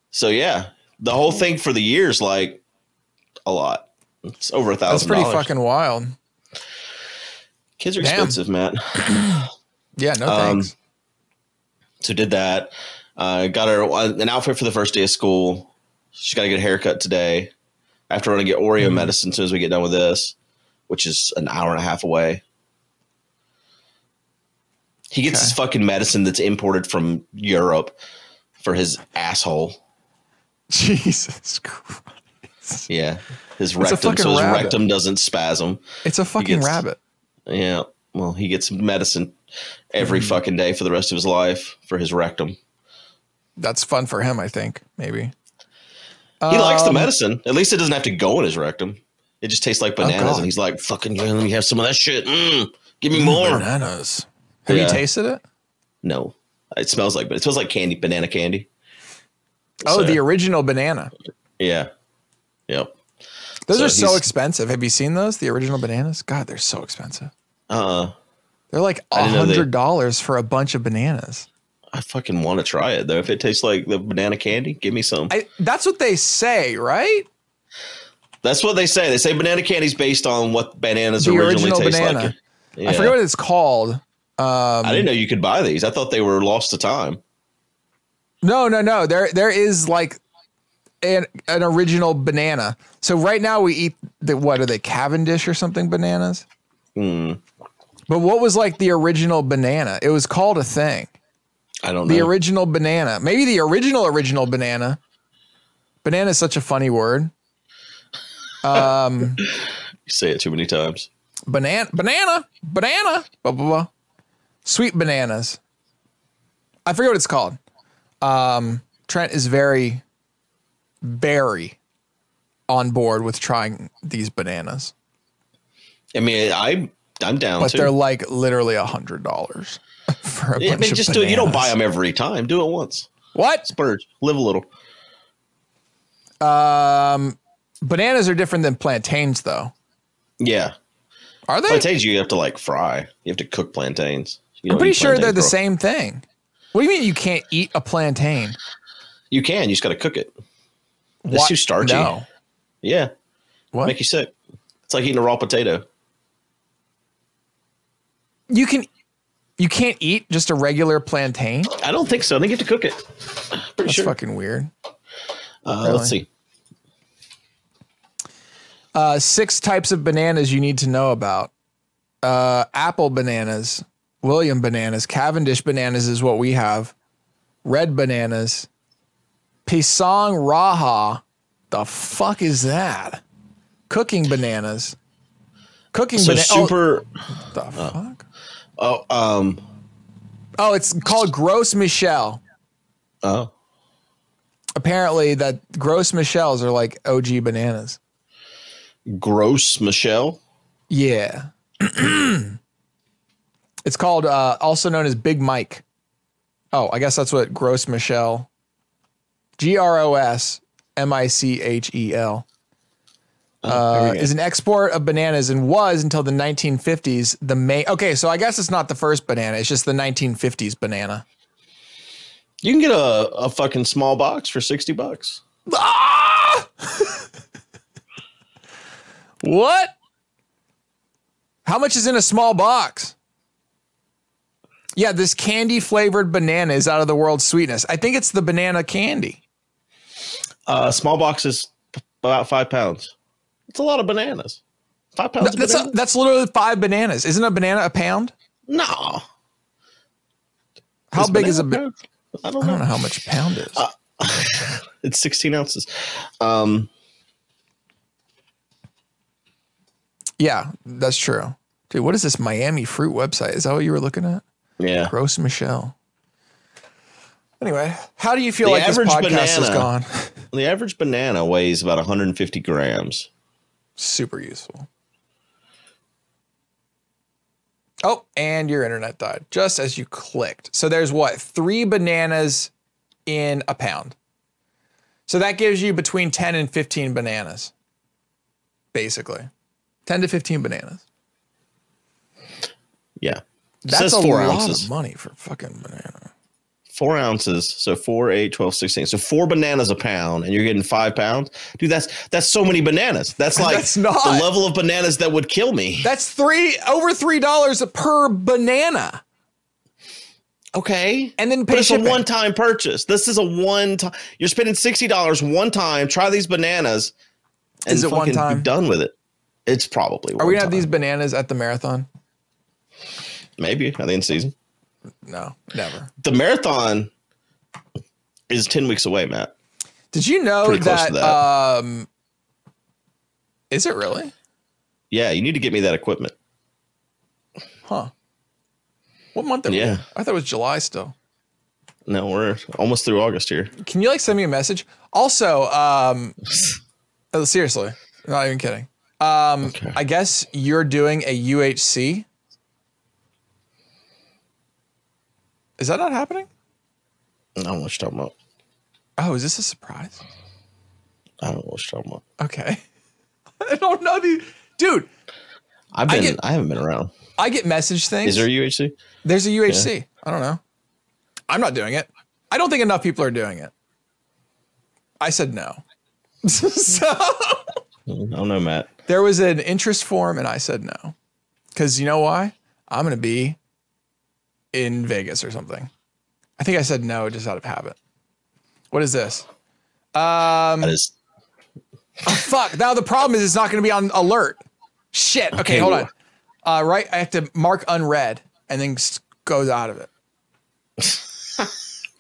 So yeah, the whole thing for the year is like a lot. It's over a
That's
thousand.
pretty
dollars.
fucking wild.
Kids are
Damn.
expensive, man.
Yeah, no
Um,
Oh, thanks.
So did that. Uh, got her an outfit for the first day of school. She's got to get a haircut today. After going to get
Mm-hmm.
Oreo medicine as soon as we get done with this, which is an hour and a half away. He gets
Okay.
his fucking medicine that's imported from Europe for his asshole.
Jesus Christ.
Yeah, his
a
rectum.
fucking
So his
rabbit.
rectum doesn't spasm.
It's a fucking
gets-
rabbit.
Yeah. Well, he gets medicine
Mm.
every fucking day for the rest of his life for his rectum.
That's fun for him, I think, maybe.
He likes the
Um,
medicine. At least it doesn't have to go in his rectum. It just tastes like bananas,
Oh, God.
and he's like, "Fucking, yeah, let me have some of that shit. Mm, give me more."
Bananas. Have
Yeah.
you tasted it?
No, it smells like, but it smells like candy, banana candy.
Oh,
So-
the original banana.
Yeah, yep.
Those
So
are so
he's-
expensive. Have you seen those? The original bananas? God, they're so expensive.
Uh,
They're like
I didn't know they-
hundred dollars for a bunch of bananas.
I fucking want to try it though. If it tastes like the banana candy, give me some.
I, that's what they say, right?
That's what they say. They say banana candy's based on what bananas
The
originally
original
taste
banana.
like. Yeah.
I forget what it's called. Um,
I didn't know you could buy these. I thought they were lost to time.
No, no, no. There there is like an an original banana. So right now we eat the what are they Cavendish or something bananas?
Hmm.
But what was like the original banana? It was called a thing.
I don't know.
The original banana. Maybe the original original banana. Banana is such a funny word. Um
you say it too many times.
banana banana banana blah blah blah sweet bananas i forget what it's called um trent is very very on board with trying these bananas
I mean, I I'm down.
but
too.
they're like literally a hundred dollars for a bunch
I mean,
of
just do it. You don't buy
bananas.
them every time. Do it once.
what
Splurge. Live a little.
bananas are different than plantains though
Yeah.
are they
Plantains, you have to like fry. You have to cook plantains.
i'm
You don't
pretty
eat
sure they're the
plantains raw.
same thing what do you mean you can't eat a plantain
You can. You just got to cook it. It's
What?
too starchy.
no
Yeah.
What?
Make you sick. It's like eating a raw potato.
you can you can't eat just a regular plantain
I don't think so. I think you have to cook it. Pretty
That's
Oh, sure.
fucking weird.
uh,
really.
Let's see.
Uh, six types of bananas you need to know about. Uh, apple bananas, William bananas, Cavendish bananas is what we have. Red bananas, Pisang Raha. The fuck is that? Cooking bananas. Cooking
So
bananas.
super.
Oh, the fuck?
Oh, um.
Oh, it's called Gross Michelle.
Oh.
Apparently, that Gross Michelles are like OG bananas.
Gross Michelle.
Yeah. it's called uh, also known as Big Mike. Oh, I guess that's what Gross Michelle. G R O S M I C H E L.
There
Uh,
we go.
is an export of bananas and was until the 1950s the main. Okay, so I guess it's not the first banana. It's just the 1950s banana.
you can get a, a fucking small box for 60 bucks.
Ah! What? How much is in a small box? Yeah, this candy flavored banana is out of the world's sweetness. I think it's the banana candy.
Uh, small box is about five pounds. It's a lot of bananas. Five pounds. of
That's
Oh, bananas?
that's literally five bananas. Isn't a banana a pound?
No.
How big is a? Ba-
banana? Uh. I don't
I
know.
don't know how much a pound is.
It's 16 ounces. Um,
yeah, that's true. Dude, what is this Miami fruit website? Is that what you were looking at?
yeah.
Gross Michelle. Anyway, how do you feel
The
like this
average
podcast is gone?
banana- The average banana weighs about 150 grams.
Super useful. Oh, and your internet died just as you clicked. So there's what? Three bananas in a pound. So that gives you between 10 and 15 bananas, basically. 10 to 15 bananas.
Yeah. It
That's
says
a
four
lot
ounces.
of money for fucking banana.
Four ounces. So four, eight, 12, 16. So four bananas a pound, and you're getting five pounds. Dude, that's that's so many bananas. That's like
That's not-
the level of bananas that would kill me.
That's three over three dollars per banana.
okay.
And then pay
But it's a
shipping.
one time purchase. This is a one time. You're spending sixty dollars one time. Try these bananas. And
Is it one
fucking
time?
Be done with it. It's probably.
Are
one
we gonna have
time.
these bananas at the marathon?
Maybe are they in season?
No, never.
The marathon is ten weeks away, Matt.
Did you know
Pretty close
that,
to
um is it really?
Yeah, you need to get me that equipment.
Huh. What month are we?
Yeah.
in? I thought it was July still.
No, we're almost through August here.
Can you like send me a message? Also, um oh, seriously, I'm not even kidding. Um
Okay.
I guess you're doing a UHC. Is that not happening?
I don't know what you're talking about.
Oh, is this a surprise?
I don't know what you're talking about.
Okay. I don't know the dude.
I've
I
been. I,
get-
haven't been around.
I get message things.
Is there a UHC?
There's a UHC. I don't know. I'm not doing it. I don't think enough people are doing it. I said no. so
I don't know, Matt.
there was an interest form and I said no. Cause you know why? I'm gonna be in Vegas or something. I think I said no just out of habit. What is this? Um
That is.
fuck. Now the problem is it's not going to be on alert. Shit. Okay,
Okay,
hold
well-
on. Uh, right, I have to mark unread and then s- goes out of it.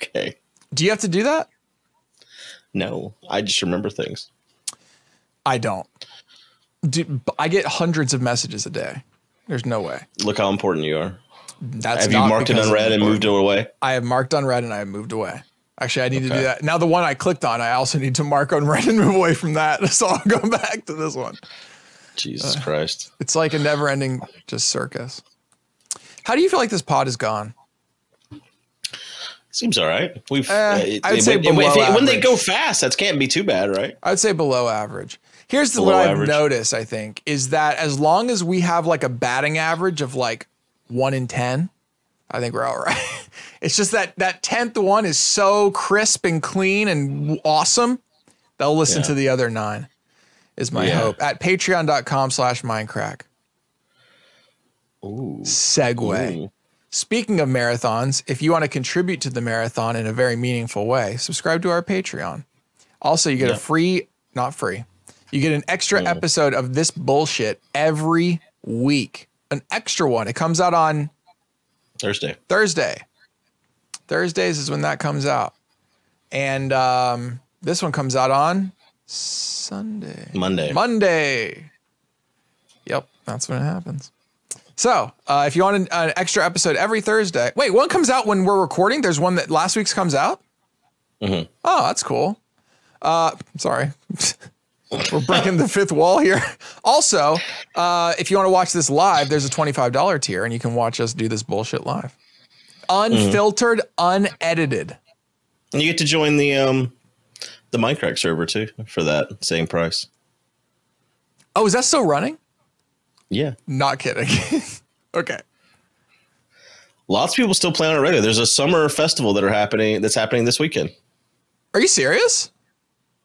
Okay.
Do you have to do that?
No, I just remember things.
I don't. Dude, b- I get hundreds of messages a day. There's no way.
Look how important you are.
That's
Have you
not
marked it
because of
unread
the
and
board.
moved it away?
I have marked unread and I have moved away. Actually, I need to do
Okay.
that now. The one I clicked on, I also need to mark unread and move away from that. So I'll go back to this one.
Jesus
Uh,
Christ.
It's like a never-ending just circus. How do you feel like this pod is gone?
Seems all right. We've.
Uh,
it-
I would
it-
say
it- it-
below
when they
average.
go fast, that can't be too bad, right?
I would say below average. Here's the,
Below
what I've
average.
noticed, I think, is that as long as we have like a batting average of like one in 10, I think we're all right. it's just that that 10th one is so crisp and clean and w- awesome. They'll listen
Yeah.
to the other nine, is my
Yeah.
hope. At patreon.com slash mindcrack.
Ooh.
Segway.
Ooh.
Speaking of marathons, if you want to contribute to the marathon in a very meaningful way, subscribe to our Patreon. Also, you get
Yeah.
a free, not free, you get an extra episode of this bullshit every week. An extra one. It comes out on
Thursday.
Thursday. Thursdays is when that comes out. And um, this one comes out on Sunday.
Monday.
Monday. Yep, that's when it happens. So, uh, if you want an, an extra episode every Thursday, wait, one comes out when we're recording. There's one that last week's comes out. Oh, that's cool. Uh, sorry, we're breaking the fifth wall here. Also, uh, if you want to watch this live, there's a twenty-five dollar tier, and you can watch us do this bullshit live, unfiltered, unedited.
And you get to join the um the Minecraft server too for that same price.
Oh, is that still running?
Yeah.
Not kidding. okay.
Lots of people still play on it regularly. There's a summer festival that are happening that's happening this weekend.
Are you serious?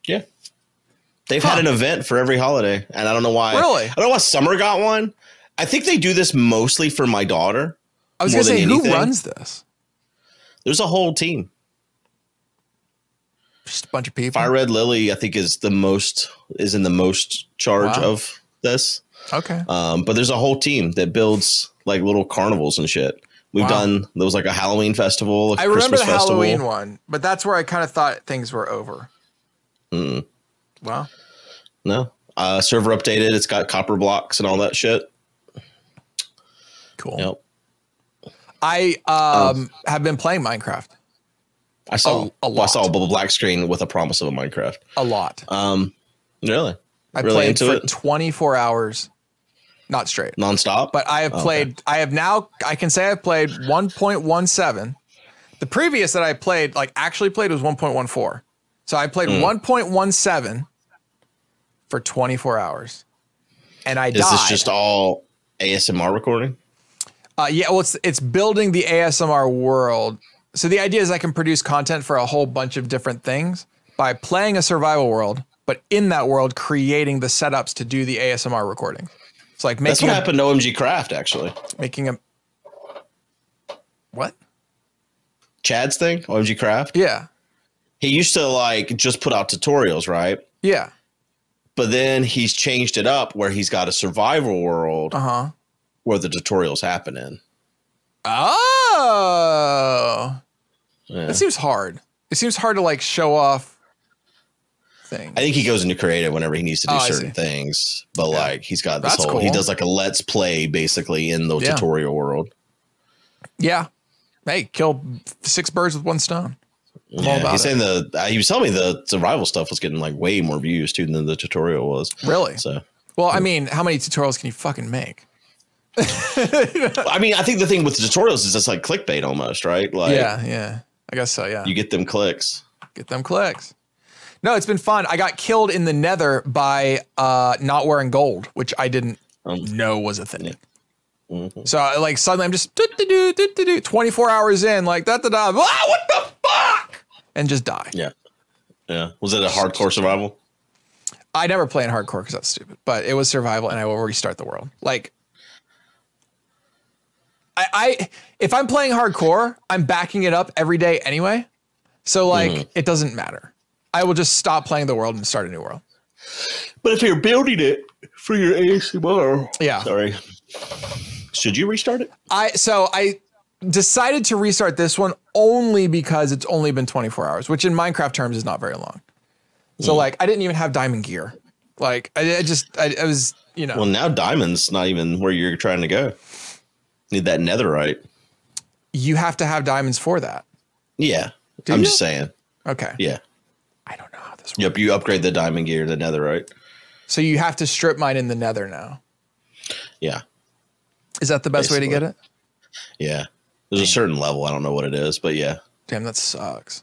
Yeah. They've
Huh.
had an event for every holiday, and I don't know why.
Really?
I don't know why summer got one. I think they do this mostly for my daughter.
I was
More
gonna say,
than
who
anything.
runs this?
There's a whole team.
Just a bunch of people.
Fire Red Lily, I think, is the most is in the most charge
Wow.
of this.
Okay.
Um, but there's a whole team that builds like little carnivals and shit. We've
Wow.
done there was like a Halloween festival, a
I
Christmas
remember the
festival.
Halloween one, but that's where I kind of thought things were over.
Mm.
Wow.
No, uh, server updated. It's got copper blocks and all that shit.
Cool.
Yep,
I um, have been playing Minecraft
I
A-
saw.
Oh, a
well, I saw a
lot.
bl- black screen with a promise of a Minecraft.
a lot.
Um, really,
I
Uh, really
played
into
for
it.
24 hours not straight.
nonstop.
But I have
Oh, okay.
played. I have now. I can say I've played 1.17. The previous that I played, like actually played, was 1.14. So I
Hmm.
played 1.17 for 24 hours, and I
is
died.
this just all ASMR recording?
Uh, yeah, well, it's it's building the ASMR world. So the idea is I can produce content for a whole bunch of different things by playing a survival world, but in that world, creating the setups to do the ASMR recording. It's like
That's
making
what
a,
happened to OMG Craft actually.
making a what?
Chad's thing, OMG Craft.
Yeah,
He used to like just put out tutorials, right?
yeah,
But then he's changed it up where he's got a survival world
uh huh.
where the tutorials happen in.
Oh,
Yeah.
that seems hard. It seems hard to like show off things.
I think he goes into creative whenever he needs to do
Oh, I
certain
see.
things. But
Yeah.
like he's got this
That's
whole he
cool.
does like a let's play basically in the
Yeah.
tutorial world.
yeah. Hey, kill six birds with one stone. all
Yeah,
about
he's
it.
saying the uh, he was telling me the survival stuff was getting like way more views too than the tutorial was.
Really?
So
Well, I mean, how many tutorials can you fucking make?
I mean, I think the thing with the tutorials is it's like clickbait almost, right? Like
yeah, yeah. I guess so, yeah.
you get them clicks.
Get them clicks. No, it's been fun. I got killed in the nether by uh not wearing gold, which I didn't
Um,
know was a thing.
Mhm.
So I, like suddenly I'm just do do do do do do 24 hours in, like da da da ah, what the fuck? And just die.
Yeah. Yeah. Was it a hardcore survival?
I never play in hardcore because that's stupid, but it was survival and I will restart the world. Like I, I if I'm playing hardcore, I'm backing it up every day anyway. So like it doesn't matter. I will just stop playing the world and start a new world.
But if you're building it for your ASMR,
Yeah.
Sorry. Should you restart it?
I so I decided to restart this one only because it's only been 24 hours, which in Minecraft terms is not very long. So like I didn't even have diamond gear. Like I, I just I, I was you know
Well, now diamonds not even where you're trying to go. Need that netherite.
you have to have diamonds for that.
Yeah. I'm
you?
just saying.
Okay.
Yeah.
I don't know how this works.
Yep. You upgrade the diamond gear, the netherite.
So you have to strip mine in the nether now.
Yeah.
Is that the best way to
Basically.
get it?
Yeah. There's a certain level. I don't know what it is, but yeah.
Damn, that sucks.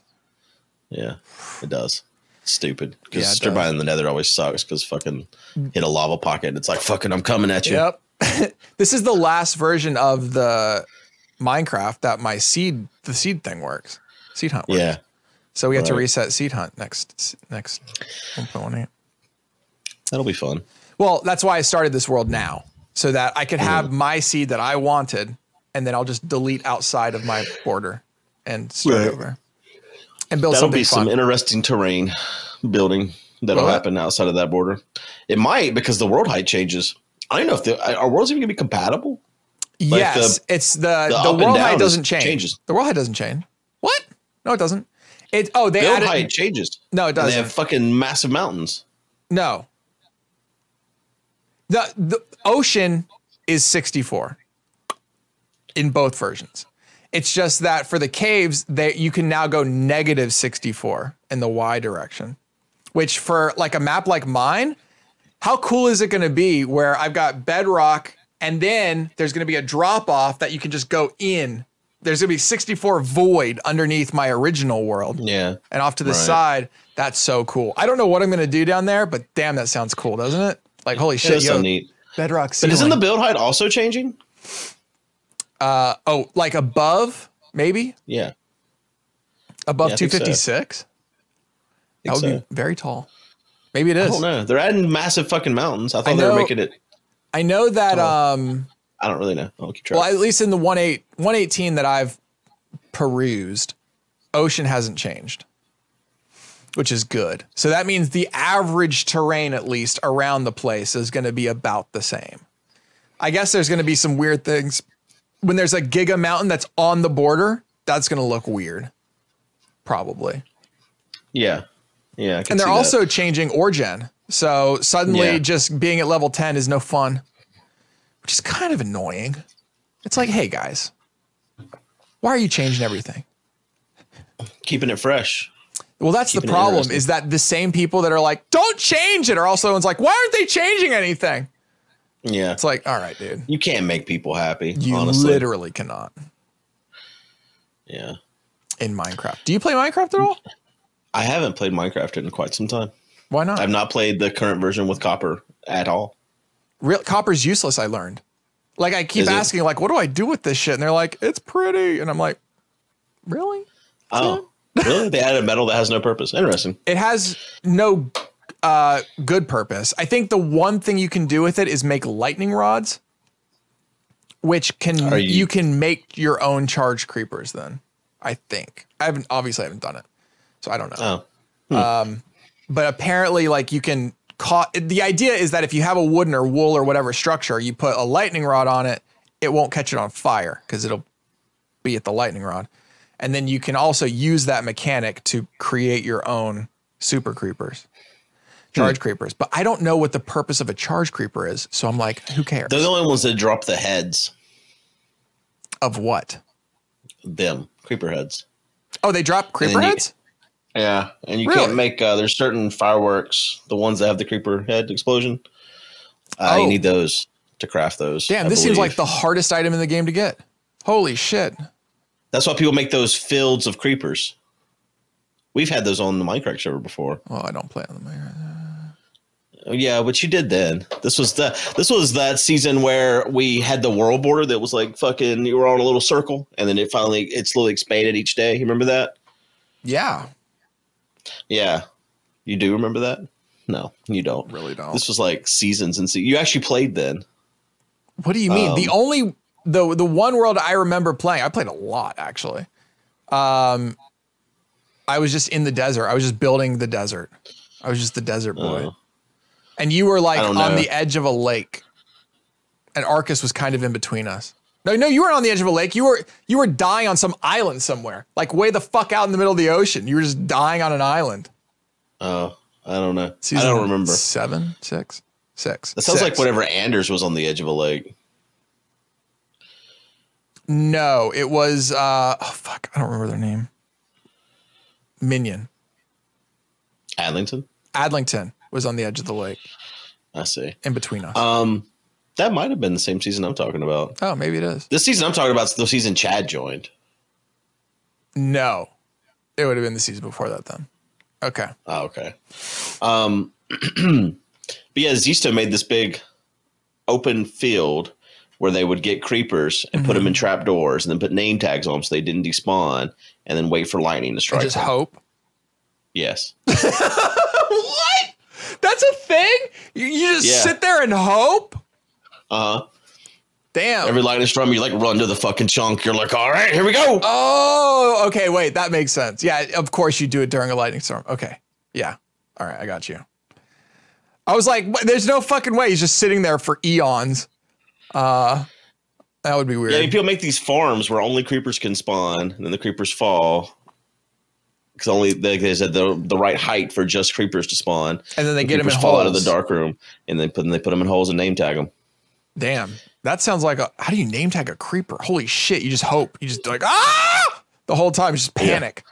Yeah. It does. Stupid.
Yeah, it
Because yeah,
does.
in the nether always sucks because fucking hit a lava pocket and it's like, fucking, I'm coming at you.
Yep. this is the last version of the Minecraft that my seed the seed thing works. Seed hunt works.
Yeah.
So we have to
right.
reset seed hunt next next 1.18.
That'll be fun.
Well, that's why I started this world now so that I could have my seed that I wanted and then I'll just delete outside of my border and start
Right.
over. And build
That'll
something
be
fun.
some interesting terrain building that'll
Will it?
happen outside of that border. It might because the world height changes. I don't know if the, our world's even gonna be compatible. Like
yes, it's the
up
the,
and
world
down
height
is-
doesn't change.
changes.
The world height doesn't change. What? No, it doesn't. It oh they
Build
added
height changes.
No, it
And They
doesn't.
have fucking massive mountains.
no. The the ocean is sixty four in both versions. It's just that for the caves that you can now go negative sixty four in the y direction, which for like a map like mine, how cool is it going to be where I've got bedrock and then there's going to be a drop off that you can just go in. There's going to be 64 void underneath my original world.
Yeah.
And off to the
Right.
side, that's so cool. I don't know what I'm going to do down there, but damn, that sounds cool, doesn't it? Like, holy shit,
That's
yo,
so neat.
bedrock
But
ceiling.
isn't the build height also changing?
oh, like above, maybe
Yeah.
above
Yeah, I think so.
256?
I
That would
think
be very tall. Maybe it is.
so. I don't know. They're adding massive fucking mountains. I thought they were
know-
making it.
I know that, um,
I don't really know. I'll keep track.
well, at least in the 18, 118 that I've perused, ocean hasn't changed, which is good. So that means the average terrain, at least around the place, is going to be about the same. I guess there's going to be some weird things. When there's a giga mountain that's on the border, that's going to look weird, probably.
yeah. Yeah. I can
And they're
see that.
also changing origin. So suddenly
Yeah.
just being at level 10 is no fun, which is kind of annoying. It's like, hey guys, why are you changing everything?
keeping it fresh.
Well, that's the
Keeping it
problem
interesting.
is that the same people that are like, don't change it, are also ones like, why aren't they changing anything?
Yeah.
It's like, all right, dude.
You can't make people happy,
You
honestly.
literally cannot
yeah.
in Minecraft. Do you play Minecraft at all?
I haven't played Minecraft in quite some time.
Why not?
I've not played the current version with copper at all.
Real copper's useless, I learned. Like I keep
Is it?
asking, like, what do I do with this shit? And they're like, it's pretty. And I'm like, really?
Oh. really? They added a metal that has no purpose. Interesting.
It has no uh good purpose. I think the one thing you can do with it is make lightning rods, which can
Are
you,
you-
can make your own charge creepers then. I think. I haven't obviously I haven't done it. So I don't know.
Oh.
but apparently like you can caught the idea is that if you have a wooden or wool or whatever structure you put a lightning rod on it it won't catch it on fire because it'll be at the lightning rod and then you can also use that mechanic to create your own super creepers charge
Hmm.
creepers but i don't know what the purpose of a charge creeper is so i'm like who cares
They're the only ones that drop the heads.
of what
Them. Creeper heads.
oh they drop
then
creeper
you-
heads
Yeah. And you
Really?
can't make uh, there's certain fireworks, the ones that have the creeper head explosion. Uh,
Oh.
you need those to craft those.
damn
I
this seems
believe.
like the hardest item in the game to get holy shit
That's why people make those fields of creepers. We've had those on the Minecraft server before.
well i don't play on the
Oh, Yeah, what you did then. This was the this was that season where we had the world border that was like fucking you were on a little circle and then it finally it slowly expanded each day. You remember that?
yeah
Yeah. You do remember that? No, you don't.
really don't
This was like seasons and se- you actually played then.
What do you mean? the
Um,
only the the one world I remember playing, I played a lot actually. Um I was just in the desert. I was just building the desert. I was just the desert boy.
Oh.
and you were like
I
on
don't know.
the edge of a lake. And Arcus was kind of in between us. No, no, you weren't on the edge of a lake. You were you were dying on some island somewhere. Like way the fuck out in the middle of the ocean. You were just dying on an island.
Oh, I don't know.
Season
I don't remember.
Seven, six, six.
That sounds like
six.
whenever Anders was on the edge of a lake.
No, it was uh oh fuck, I don't remember their name. Minion.
Adlington?
Adlington was on the edge of the lake
I see.
in between us.
Um that might have been the same season I'm talking about.
oh, maybe it is.
This season I'm talking about is the season Chad joined.
No. It would have been the season before that then. Okay.
Oh, okay. Um, but yeah, Zisto made this big open field where they would get creepers and put them
Mm-hmm.
in trap doors and then put name tags on them so they didn't despawn and then wait for lightning to
I
strike.
just
them.
hope.
yes.
what? That's a thing? You, you just
Yeah.
sit there and hope?
Uh,
Damn.
every lightning storm, you like run to the fucking chunk. You're like, all right, here we go.
oh, okay, wait, that makes sense. Yeah, of course you do it during a lightning storm. Okay. Yeah. All right, I got you. I was like, "What? there's no fucking way he's just sitting there for eons. Uh that would be weird.
yeah, I mean, people make these farms where only creepers can spawn and then the creepers fall. Because only they, they said the the right height for just creepers to spawn.
and then they get him in
Creepers
holes.
fall out of the dark room, and then put and they put them in holes and name tag them.
Damn, that sounds like a. How do you name tag a creeper? Holy shit! You just hope. You just like ah the whole time. Just panic.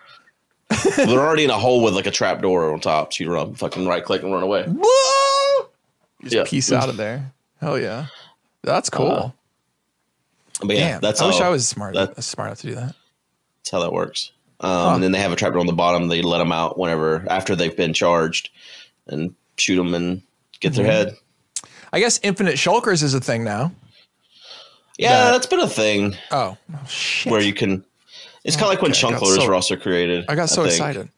Well, They're already in a hole with like a trap door on top, so you run, fucking right click and run away.
Whoa! You just
Yeah.
piece out of there. Hell yeah, that's cool.
Uh, But yeah,
Damn,
that's
I
how,
wish I was smart.
that-
smart enough to do that.
that's how that works. Um, And then they have a trap door on the bottom. They let them out whenever after they've been charged, and shoot them and get their
Mm-hmm.
head.
I guess infinite shulkers is a thing now.
Yeah,
That-
that's been a thing
Oh, oh, shit!
where you can. It's kind of like when
Oh, Okay, I
chunk
got
loaders
so-
were also created.
I got so
think.
excited.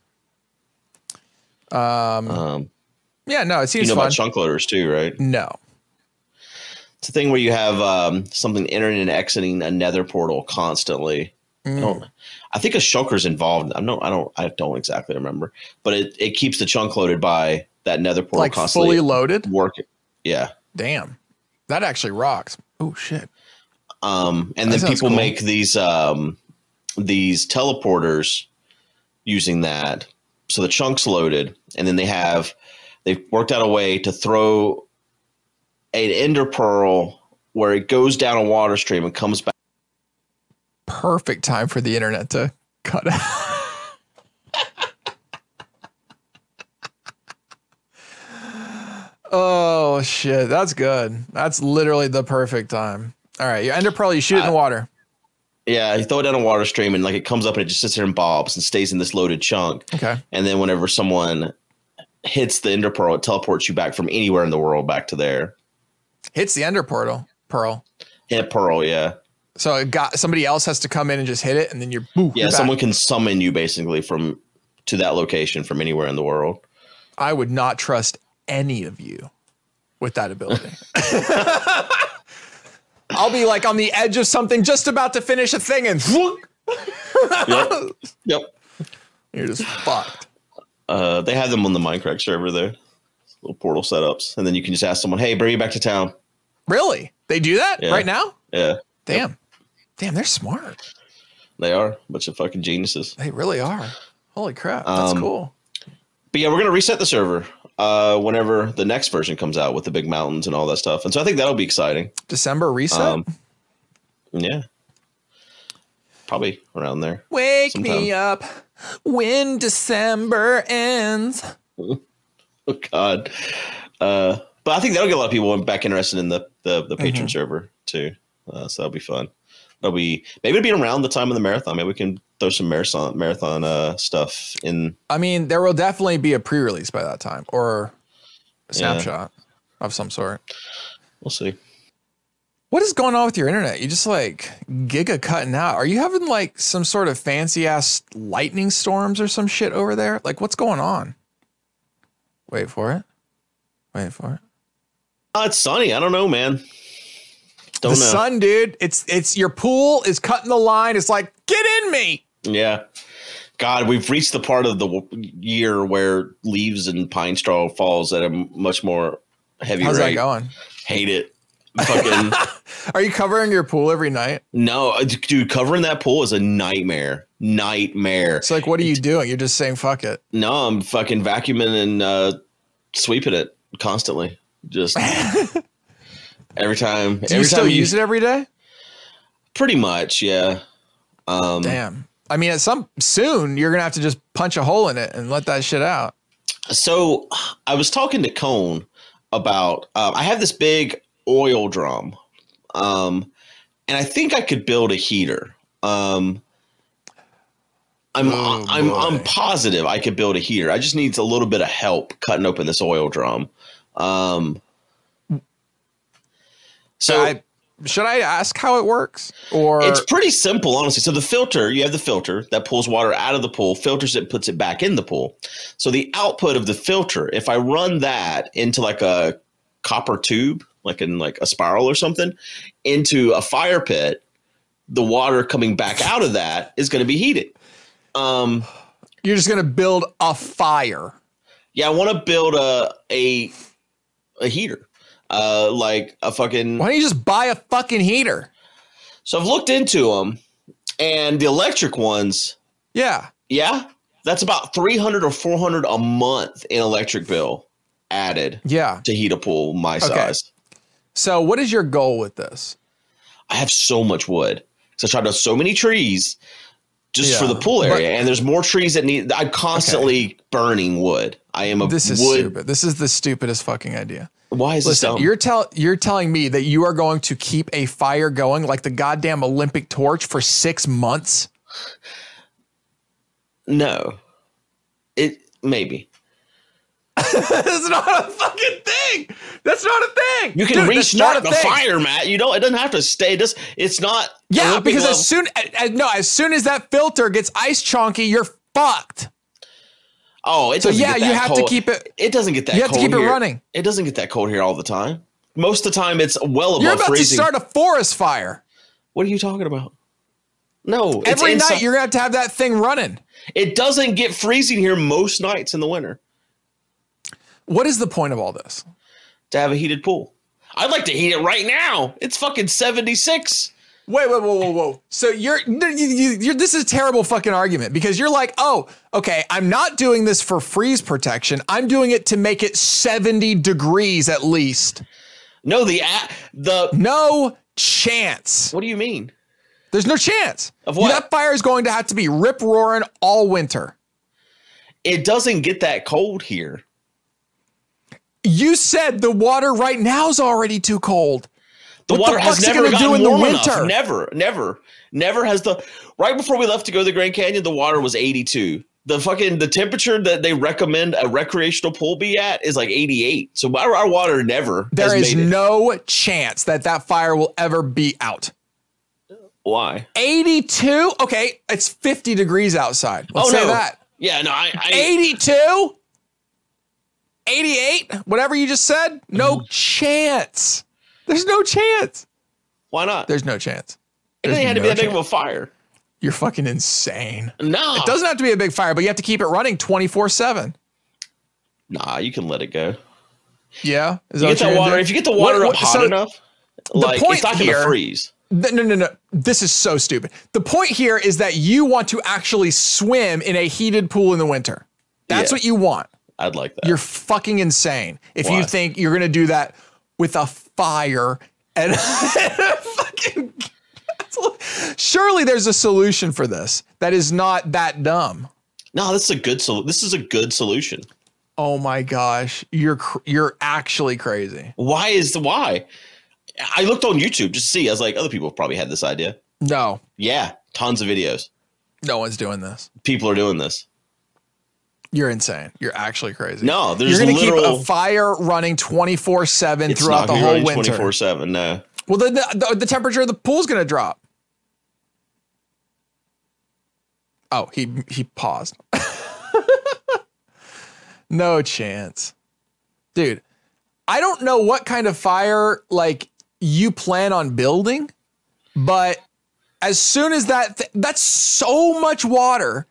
Um,
Yeah, no, it seems
you know
fun.
about Oh, chunk loaders too, right?
no,
It's a thing where you have um, something entering and exiting another portal constantly. I,
Mm.
don't, I think a shulker's involved. I'm not. I don't. I don't exactly remember, but it, it keeps the chunk loaded by that nether portal
like
constantly
fully loaded.
working. Yeah.
Damn, that actually rocks. Oh shit!
Um, and
That
then
sounds
people
cool.
make these um, these teleporters using that. So the chunk's loaded, and then they have they've worked out a way to throw an ender pearl where it goes down a water stream and comes back.
Perfect time for the internet to cut out. Oh Oh shit, that's good. That's literally the perfect time. All right, you end up probably you shoot it in the water.
Yeah, you throw it down a water stream and like it comes up and it just sits there and bobs and stays in this loaded chunk.
Okay.
And then whenever someone hits the ender pearl, it teleports you back from anywhere in the world back to there.
Hits the ender portal pearl.
Hit pearl, yeah.
So it got somebody else has to come in and just hit it and then you're boo.
Yeah,
you're back.
someone can summon you basically from to that location from anywhere in the world.
I would not trust any of you with that ability. I'll be like on the edge of something, just about to finish a thing, and
Yep.
you're just fucked.
Uh, they have them on the Minecraft server there. Little portal setups. And then you can just ask someone, hey, bring me back to town.
Really? They do that
Yeah.
right now?
Yeah,
Damn. Damn, they're smart.
they are. Bunch of fucking geniuses.
They really are. Holy crap. That's
Um,
cool.
But yeah, we're gonna reset the server uh, whenever the next version comes out with the big mountains and all that stuff. And so I think that'll be exciting.
December reset?
Um, yeah, probably around there.
Wake
sometime.
me up when December ends.
Oh God. Uh, but I think that'll get a lot of people back interested in the the,
Mm-hmm.
the patron server too. Uh, so that'll be fun. That'll be maybe it'll be around the time of the marathon. Maybe we can throw some marathon marathon uh, stuff in.
I mean, there will definitely be a pre release by that time or a
Yeah.
snapshot of some sort.
We'll see.
What is going on with your internet? You just like giga cutting out. Are you having like some sort of fancy ass lightning storms or some shit over there? Like what's going on? Wait for it. Wait for it.
Oh, it's sunny. I don't know, man. Don't
the
know.
sun, dude. It's it's your pool is cutting the line. It's like get in me.
Yeah. God, we've reached the part of the w- year where leaves and pine straw falls at a m- much more heavy
How's that
rate.
going?
Hate it. Fucking
Are you covering your pool every night?
no, uh, dude. Covering that pool is a nightmare. Nightmare.
It's like what are you doing? You're just saying fuck it.
No, I'm fucking vacuuming and uh, sweeping it constantly. Just every time.
Do
every
you still
time
use it every day?
Pretty much, yeah. Um,
Damn. I mean, at some soon you're gonna have to just punch a hole in it and let that shit out.
So I was talking to Cone about um, I have this big oil drum, um, and I think I could build a heater. Um, I'm
Oh,
I'm
boy.
I'm positive I could build a heater. I just need a little bit of help cutting open this oil drum. Um, so
I, should I ask how it works? Or
it's pretty simple, honestly. So the filter, you have the filter that pulls water out of the pool, filters it, puts it back in the pool. So the output of the filter, if I run that into like a copper tube, like in like a spiral or something, into a fire pit, the water coming back out of that is going to be heated. Um,
you're just gonna build a fire.
yeah, I want to build a a a heater, uh, like a fucking
Why don't you just buy a fucking heater?
So I've looked into them, and the electric ones.
Yeah.
Yeah, that's about three hundred or four hundred a month in electric bill added
Yeah.
to heat a pool my size.
So what is your goal with this?
I have so much wood because I chopped down so many trees just for
Yeah,
the pool
but-
area, and there's more trees that need. I'm constantly burning wood. I am a
This is
wood.
stupid. This is the stupidest fucking idea.
Why is
Listen,
this dumb?
you're tell you're telling me that you are going to keep a fire going like the goddamn Olympic torch for six months?
No, it maybe
That's not a fucking thing. That's not a thing.
you can
Dude, that's not
restart the
thing.
fire, Matt. You don't. It doesn't have to stay. Just it's not.
Yeah,
Olympic
because
level.
as soon as, no, as soon as that filter gets ice chonky, you're fucked.
Oh, it so
yeah, you have to keep it-
It doesn't get that.
you have to
cold
keep it
here.
running.
It doesn't get that cold here all the time. Most of the time, it's well above
You're about
freezing.
to start a forest fire.
what are you talking about? No, it's
Every
inside-
night you're gonna have to have that thing running.
It doesn't get freezing here most nights in the winter
What is the point of all this?
to have a heated pool. I'd like to heat it right now. It's fucking seventy six.
Wait, wait, whoa, whoa, whoa. So you're, you- you, you're this is a terrible fucking argument because you're like, oh, okay, I'm not doing this for freeze protection. I'm doing it to make it 70 degrees at least.
No, the a- the.
No chance.
What do you mean?
There's no chance.
Of what?
That fire is going to have to be rip roaring all winter.
It doesn't get that cold here.
You said the water right now is already too cold.
The
What
water
the
has
fuck's it
never
gonna
gotten
do in the
warm
winter?
enough. Never, never, never has the right before we left to go to the Grand Canyon, the water was 82. The fucking the temperature that they recommend a recreational pool be at is like 88. So our, our water never
There
has
is
made it.
no chance that that fire will ever be out.
Why?
82? Okay, it's 50 degrees outside. Let's
oh
say
no.
that.
Yeah, no, I, I
82? 88? Whatever you just said? No
Mm.
chance. There's no chance.
why not?
There's no chance.
It doesn't
there's
have to
no
be that big of
chance.
a fire.
You're fucking insane.
No. It
Doesn't have to be a big fire, but you have to keep it running 24 7.
Nah, you can let it go.
Yeah. Is
You
what
get that
you're gonna
water.
do?
If you get the water
Oh, What-
up
what-
hot
so
enough, like
point
it's not
here-
gonna freeze.
Th- no, no, no. This is so stupid. The point here is that you want to actually swim in a heated pool in the winter. That's
Yeah.
what you want.
I'd like that.
You're fucking insane if
Why?
you think you're gonna do that with a fire and fucking. Surely there's a solution for this that is not that dumb.
no, this is a good solution. This is a good solution.
Oh my gosh, you're cr- you're actually crazy.
Why is the why? I looked on YouTube just to see. I was like, other people probably had this idea.
No,
Yeah, tons of videos.
no one's doing this.
People are doing this.
You're insane. You're actually crazy.
No, there's
you're gonna
literal.
keep a fire running 24 7
it's not
throughout the
going to be
whole
running
winter.
twenty four seven. No,
Well, then the, the, the temperature of the pool's going to drop. Oh, he he paused. no chance. Dude, I don't know what kind of fire like you plan on building, but as soon as that th- that's so much water,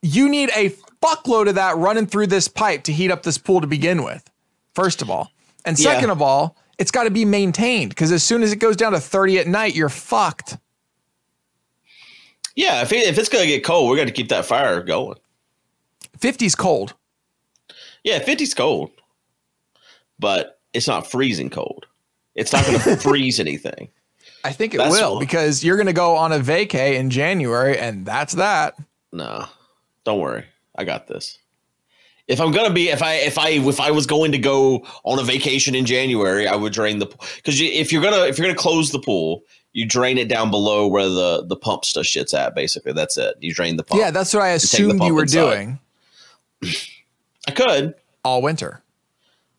you need a fuckload of that running through this pipe to heat up this pool to begin with. First of all, and
Yeah.
second of all, it's got to be maintained because as soon as it goes down to 30 at night, you're fucked.
yeah. If, it, if it's going to get cold, we're going to keep that fire going.
50's cold.
Yeah, 50's cold, but it's not freezing cold. It's not going to freeze anything.
I think it
That's
will
wh-
because you're going to go on a vacay in January and that's that.
No, don't worry. I got this. If I'm gonna be, if I, if I, if I was going to go on a vacation in January, I would drain the because you, if you're gonna, if you're gonna close the pool, you drain it down below where the the pump stuff shits at. Basically, that's it. You drain the pump.
Yeah, that's what I
take the
assumed you
pump
were
inside.
doing
I could.
all winter.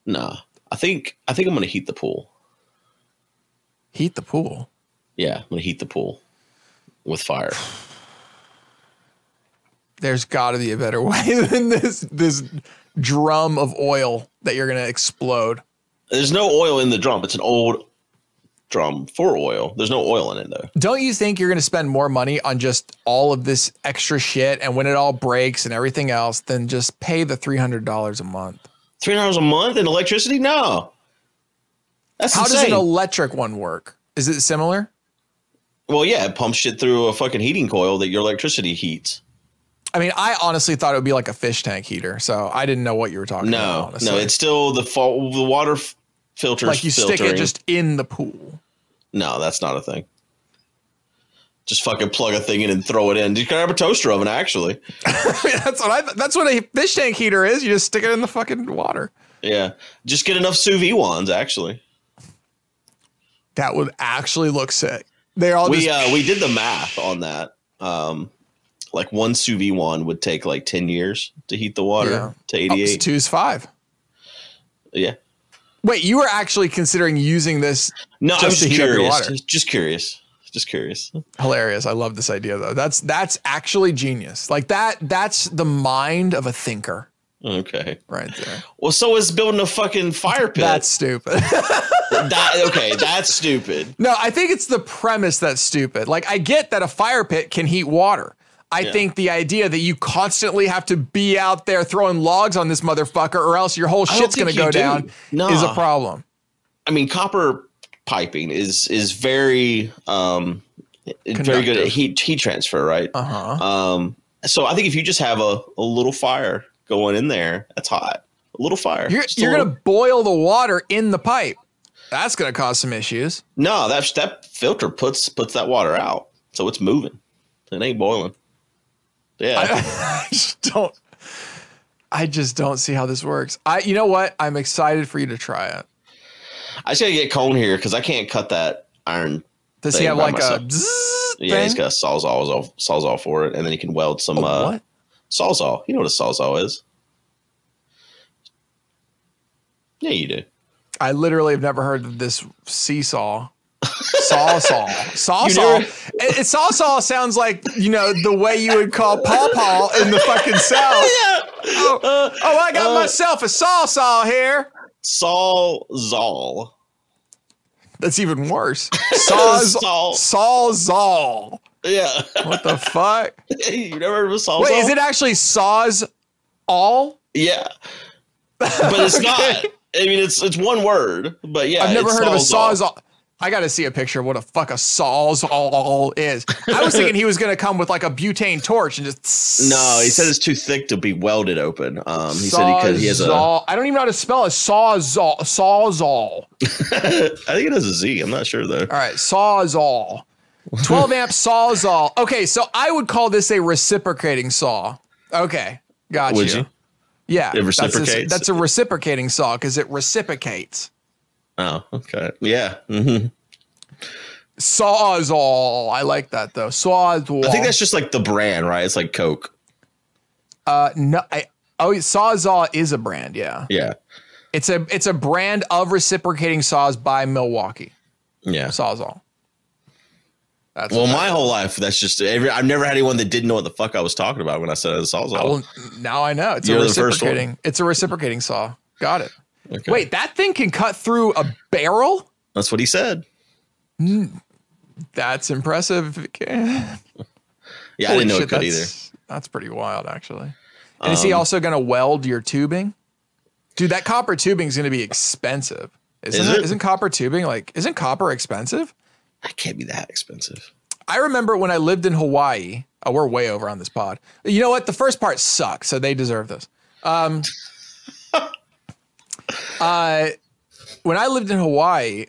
No, I think, I think I'm gonna heat the pool.
Heat the pool.
Yeah, I'm gonna heat the pool with fire.
There's got to be a better way than this this drum of oil that you're going to explode.
There's no oil in the drum. It's an old drum for oil. There's no oil in it though.
Don't you think you're going to spend more money on just all of this extra shit and when it all breaks and everything else than just pay the $300 a month?
Three dollars a month in electricity? No. That's
How does
insane.
an electric one work? Is it similar?
Well, yeah, it pumps shit through a fucking heating coil that your electricity heats.
I mean, I honestly thought it would be like a fish tank heater, so I didn't know what you were talking about.
No,
honestly.
no, it's still the fa- the water f- filters.
like you stick
filtering.
it just in the pool.
no, that's not a thing. Just fucking plug a thing in and throw it in. You can have a toaster oven actually.
that's what I. That's what a fish tank heater is. You just stick it in the fucking water.
Yeah, just get enough sous vide ones actually.
That would actually look sick. They're all
we
just,
uh, we did the math on that. Um, like one sous vide one would take like ten years to heat the water
Yeah.
to
oh,
eighty
it's
eight.
two's five.
yeah,
Wait, you were actually considering using this?
no,
Just
I was
to
just
heat up your
curious.
water.
Just, just curious. Just curious.
Hilarious. I love this idea though. That's that's actually genius. Like that. That's the mind of a thinker
Okay.
right there.
Well, so is building a fucking fire pit.
That's stupid.
That- okay, that's stupid.
No, I think it's the premise that's stupid. Like, I get that a fire pit can heat water. I think the idea that you constantly have to be out there throwing logs on this motherfucker, or else your whole
don't
shit's
think
gonna
you
go
do.
down,
Nah.
is a problem.
I mean, copper piping is is very um it's very good at
Conductive.
heat heat transfer, right?
Uh huh.
Um, so I think if you just have a, a little fire going in there, that's hot. A little fire.
You're,
Just a
you're
little-
gonna boil the water in the pipe. That's gonna cause some issues.
no that that filter puts puts that water out, so it's moving. It ain't boiling. Yeah,
I just don't. I just don't see how this works. I, you know what? I'm excited for you to try it.
I just gotta get Cone here because I can't cut that iron.
Does he
Thing
have
by
like a
myself.
bzzz
Yeah, he's
thing?
got a sawzall sawzall for it, and then he can weld some
Oh,
uh,
what?
sawzall. You know what a sawzall is? Yeah, you do.
I literally have never heard of this seesaw. Saw saw saw
You
saw.
never-
It, it saw saw sounds like you know the way you would call Paw Paw in the fucking south. Oh, oh, I got
uh,
myself a saw saw here.
Sawzall.
That's even worse. Saw
Saw.
saw saw.
Yeah.
What the fuck?
you never heard of a sawzall?
Wait, is it actually saws all?
Yeah. But it's not. I mean, it's it's one word, but yeah.
I've never
it's
heard of a
sawzall.
sawzall. I got to see a picture of what a fuck a sawzall is. I was thinking he was going to come with like a butane torch and just.
No, he said it's too thick to be welded open. Um, he said he could. He has a. I
Sawzall. I don't even know how to spell it. Sawzall. Sawzall. All
think it has a Z. I'm not sure though.
right. Sawzall. 12 amp sawzall. Okay. So I would call this a reciprocating saw. Okay. Got
Would
you.
you?
Yeah.
It
that's a-
reciprocates?
That's a reciprocating saw because it reciprocates.
Oh, okay. Yeah. hmm
Sawzall. I like that though. Sawzall.
I think that's just like the brand, right? It's like Coke.
Uh, no, I, oh, Sawzall is a brand. Yeah,
Yeah.
it's a it's a brand of reciprocating saws by Milwaukee
Yeah.
Sawzall. That's
Well, my whole life, that's just every. I've never had anyone that didn't know what the fuck I was talking about when I said it was
I
sawzall.
will- now I know it's a
Oh. You're the first one.
reciprocating. It's a reciprocating saw. Got it.
Okay.
Wait, that thing can cut through a barrel.
that's what he said.
That's impressive. If it can.
Yeah, I didn't know
Holy
it could either. Um,
that's, That's pretty wild, actually. And is he also going to weld your tubing? Dude, that copper tubing is going to be expensive. Isn't
Is
it?
it?
Isn't copper tubing like? Isn't copper expensive?
That can't be that expensive.
I remember when I lived in Hawaii. Oh, we're way over on this pod. You know what? The first part sucks, so they deserve this. Um, uh, when I lived in Hawaii,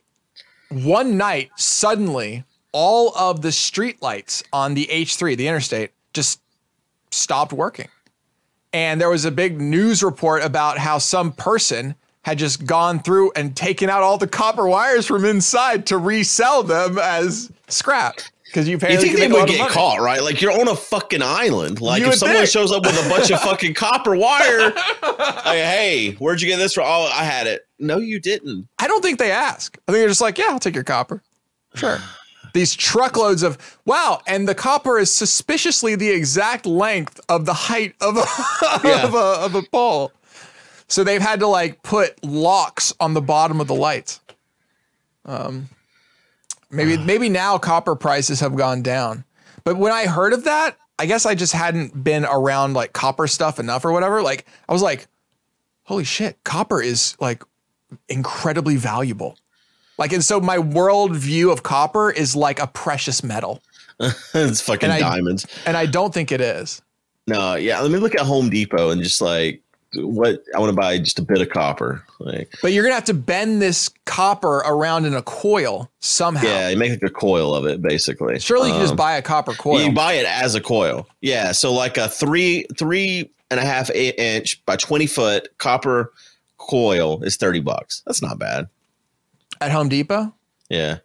one night suddenly all of the streetlights on the H3, the interstate, just stopped working. And there was a big news report about how some person had just gone through and taken out all the copper wires from inside to resell them as scrap. Because you
You
apparently
think
can make a
they would
lot of
get
money.
caught, right? Like you're on a fucking island. Like
You
if
would
someone
think.
shows up with a bunch of fucking copper wire, like, hey, where'd you get this from? Oh, I had it. No, you didn't.
I don't think they ask. I think they're just like, yeah, I'll take your copper. Sure. These truckloads of wow, and the copper is suspiciously the exact length of the height of a,
Yeah.
of a of a pole. So they've had to like put locks on the bottom of the lights. Um, maybe maybe now copper prices have gone down, but when I heard of that, I guess I just hadn't been around like copper stuff enough or whatever. Like I was like, holy shit, copper is like incredibly valuable. Like, and so my worldview of copper is like a precious metal.
it's fucking
And I-
diamonds.
And I don't think it is.
No, yeah. Let me look at Home Depot and just like what I want to buy just a bit of copper. Like
But you're going to have to bend this copper around in a coil somehow.
yeah, you make like a coil of it basically.
Surely you can just
Um,
buy a copper coil.
You buy it as a coil. Yeah. So like a three three and a half i- inch by twenty foot copper coil is thirty bucks. That's not bad.
At Home Depot?
Yeah.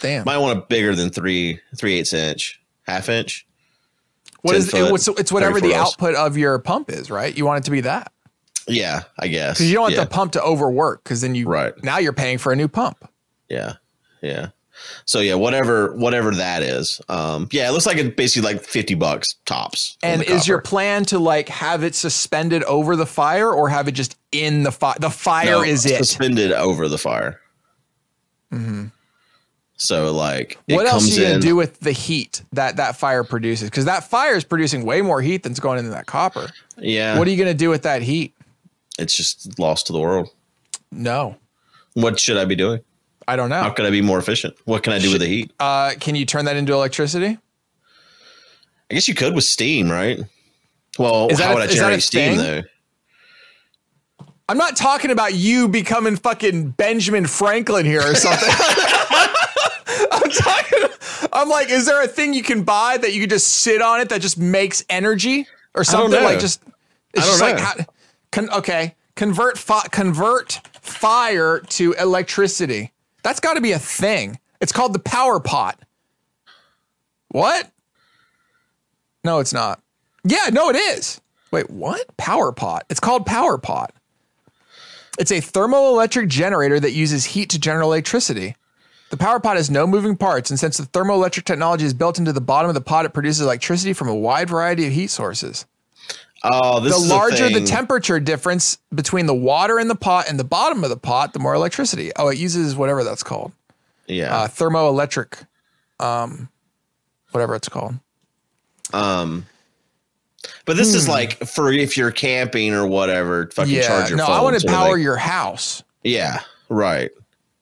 Damn.
Might want a bigger than three three eighths inch, half inch.
What
10
is it,
foot,
what's, it's whatever the
34 ounce.
output of your pump is, right? You want it to be that.
Yeah, I guess.
Because you don't want
yeah,
the pump to overwork because then you,
Right.
now you're paying for a new pump.
yeah, yeah. So yeah, whatever whatever that is. Um, yeah, it looks like it's basically like fifty bucks tops. on
And
the
is your
copper.
plan to like have it suspended over the fire or have it just in the fire? The fire
No,
is it. Mm-hmm.
suspended over the fire? So like, it
what else
comes
are you
in-
gonna do with the heat that that fire produces? Because that fire is producing way more heat than's going into that copper.
Yeah,
What are you gonna do with that heat?
it's just lost to the world.
No,
What should I be doing?
I don't
How
know.
could I be more efficient? What can I do with the heat?
Uh, can you turn that into electricity?
I guess you could with steam, right? Well,
Is that
how
a-
would I
is that a
generate steam
thing?
though?
I'm not talking about you becoming fucking Benjamin Franklin here or something. I'm talking. I'm like, is there a thing you can buy that you can just sit on it that just makes energy or
don't
something
know.
like just It's
I don't
just like
know.
how, con, okay, convert fi- convert fire to electricity. That's got to be a thing. It's called the power pot. What? No, it's not. Yeah, no, it is. Wait, what? Power pot. It's called power pot. It's a thermoelectric generator that uses heat to generate electricity. The power pod has no moving parts, and since the thermoelectric technology is built into the bottom of the pod, it produces electricity from a wide variety of heat sources.
Oh, this
The
is a
larger the
thing.
temperature difference between the water in the pot and the bottom of the pot, the more electricity. Oh, it uses whatever that's called.
Yeah.
Uh, thermoelectric, um, whatever it's called.
um. But this is like for if you're camping or whatever. Fucking
Hmm. Yeah.
charge your
No,
phone.
I want to
sort of
power
thing.
your house.
Yeah. Right.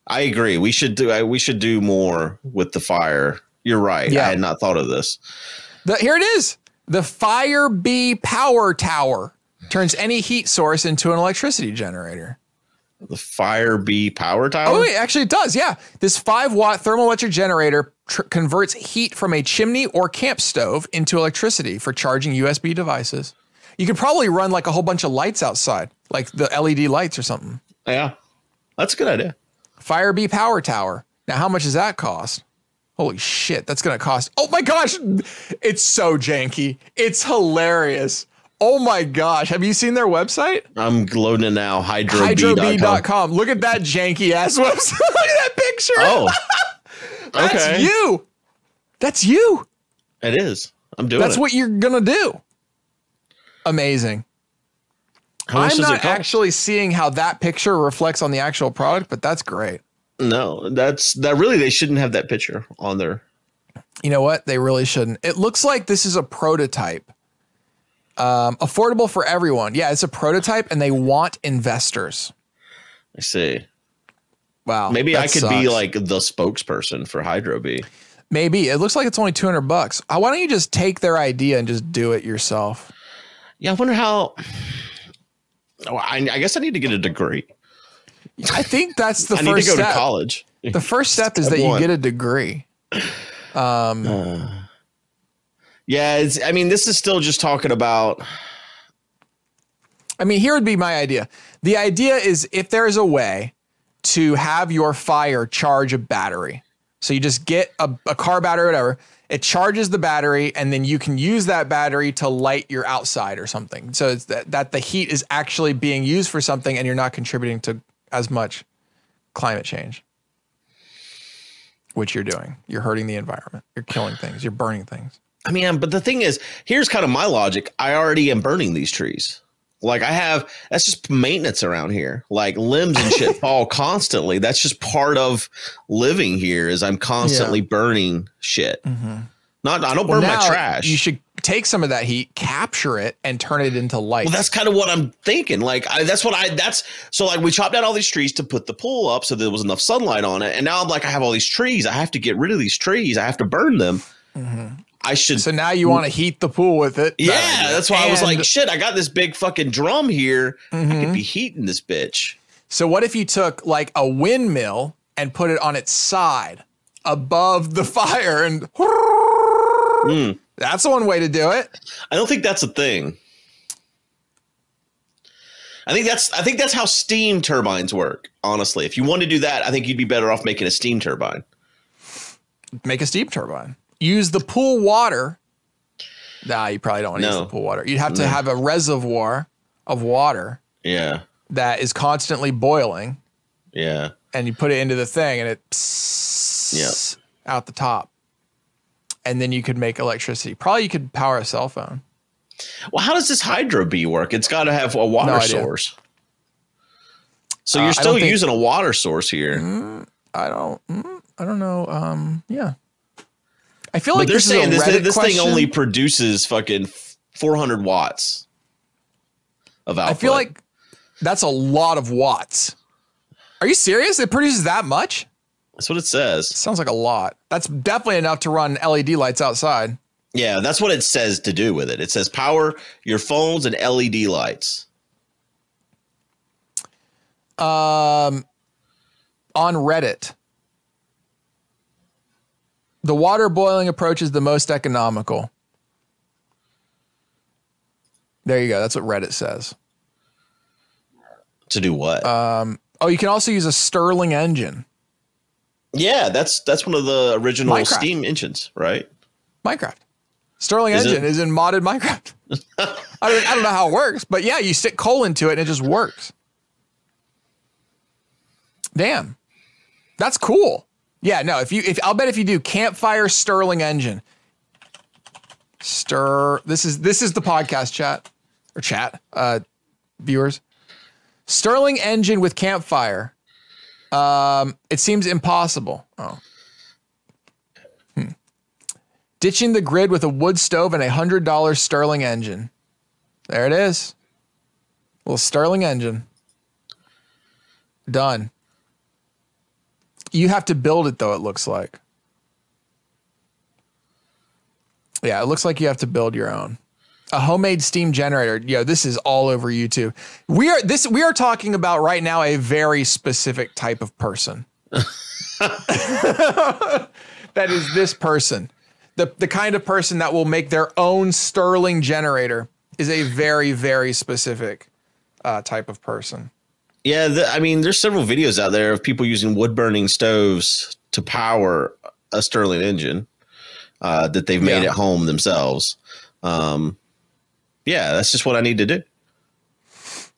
I agree. We should do. I, we should do more with the fire. You're right.
Yeah.
I had not thought of this.
The, here it is. The Fire Bee Power Tower turns any heat source into an electricity generator.
The fire bee power tower.
Oh, wait, actually, it does. Yeah. This five watt thermoelectric generator tr- converts heat from a chimney or camp stove into electricity for charging USB devices. You could probably run like a whole bunch of lights outside, like the LED lights or something.
Yeah. That's a good idea.
Firebee Power Tower. Now, how much does that cost? Holy shit, that's gonna cost. Oh my gosh, it's so janky. It's hilarious. Oh my gosh, have you seen their website?
I'm loading it now. Hydrobee.com.
Hydrobee.com. Look at that janky ass website. Look at that picture.
Oh.
That's
okay.
you. That's you.
It is. I'm doing
That's
it.
what you're gonna do. Amazing.
How much
I'm
does it
not
cost?
actually seeing how that picture reflects on the actual product, but that's great.
No, that's that really they shouldn't have that picture on there.
You know what? They really shouldn't. It looks like this is a prototype. Um, affordable for everyone. Yeah, it's a prototype, and they want investors.
I see.
Wow.
Maybe
that
I could
sucks.
be like the spokesperson for Hydro Bee.
Maybe it looks like it's only two hundred bucks. Uh, Why don't you just take their idea and just do it yourself?
Yeah, I wonder how. Oh, I, I guess I need to get a degree.
I think that's the
I need to
first
go
step.
to college.
The first step is
Step
that
one.
you get a degree.
Yeah, it's, I mean, this is still just talking about.
I mean, here would be my idea. The idea is if there is a way to have your fire charge a battery. So you just get a, a car battery or whatever, it charges the battery, and then you can use that battery to light your outside or something. So it's that, that the heat is actually being used for something and you're not contributing to as much climate change, which you're doing. You're hurting the environment, you're killing things, you're burning things.
I mean, but the thing is, here's kind of my logic. I already am burning these trees. Like I have, that's just maintenance around here. Like limbs and shit fall constantly. That's just part of living here. Is I'm constantly burning shit. Not I don't burn my trash.
You should take some of that heat, capture it, and turn it into light.
Well, that's kind of what I'm thinking. Like, I, that's what I, that's so like we chopped down all these trees to put the pool up so there was enough sunlight on it. And now I'm like, I have all these trees. I have to get rid of these trees. I have to burn them. I should.
So now you want to heat the pool with it.
yeah.
That idea.
That's why I was
And
like, shit, I got this big fucking drum here. I
Mm-hmm.
could be heating this bitch.
So what if you took like a windmill and put it on its side above the fire and
Hmm.
that's one way to do it.
I don't think that's a thing. I think that's I think that's how steam turbines work. Honestly, if you want to do that, I think you'd be better off making a steam turbine.
Make a steam turbine. Use the pool water. Nah, you probably don't want to use
No.
the pool water. You'd have to have a reservoir of water
Yeah,
that is constantly boiling
yeah.
and you put it into the thing and it psss out the top. And then you could make electricity. Probably you could power a cell phone.
Well, how does this hydro bee work? It's got to have a water
No idea.
source. So
Uh, I
you're
don't
still
think- Mm-hmm.
using a water source here.
I don't. mm, I don't know. Um. Yeah. I feel
But
like
they're
this is a
saying this,
Reddit
this thing
question.
only produces fucking 400 watts of
I
output.
feel like that's a lot of watts. Are you serious? It produces that much?
that's what it says.
Sounds like a lot. That's definitely enough to run LED lights outside.
Yeah, that's what it says to do with it. It says power your phones and LED lights.
on Reddit. The water boiling approach is the most economical. There you go. That's what Reddit says.
To do what?
Um, oh, you can also use a Sterling engine.
yeah, that's that's one of the original
Minecraft.
Steam engines, right?
Minecraft. Sterling
Is it-
engine is in modded Minecraft. I, don't, I don't know how it works, but yeah, you stick coal into it and it just works. Damn, that's cool. Yeah, no, if you if I'll bet if you do campfire Sterling engine, stir. This is this is the podcast chat or chat uh, viewers. Sterling engine with campfire. Um, it seems impossible. Oh. Ditching the grid with a wood stove and a hundred dollar Sterling engine. There it is. Little Sterling engine. Done. You have to build it though, it looks like. Yeah, it looks like you have to build your own. A homemade steam generator. Yo, this is all over YouTube. We are this we are talking about right now a very specific type of person. that is this person the the kind of person that will make their own Sterling generator is a very very specific uh, type of person.
Yeah, the, I mean, there's several videos out there of people using wood burning stoves to power a Sterling engine uh, that they've made
Yeah.
at home themselves. Um, yeah, that's just what I need to do.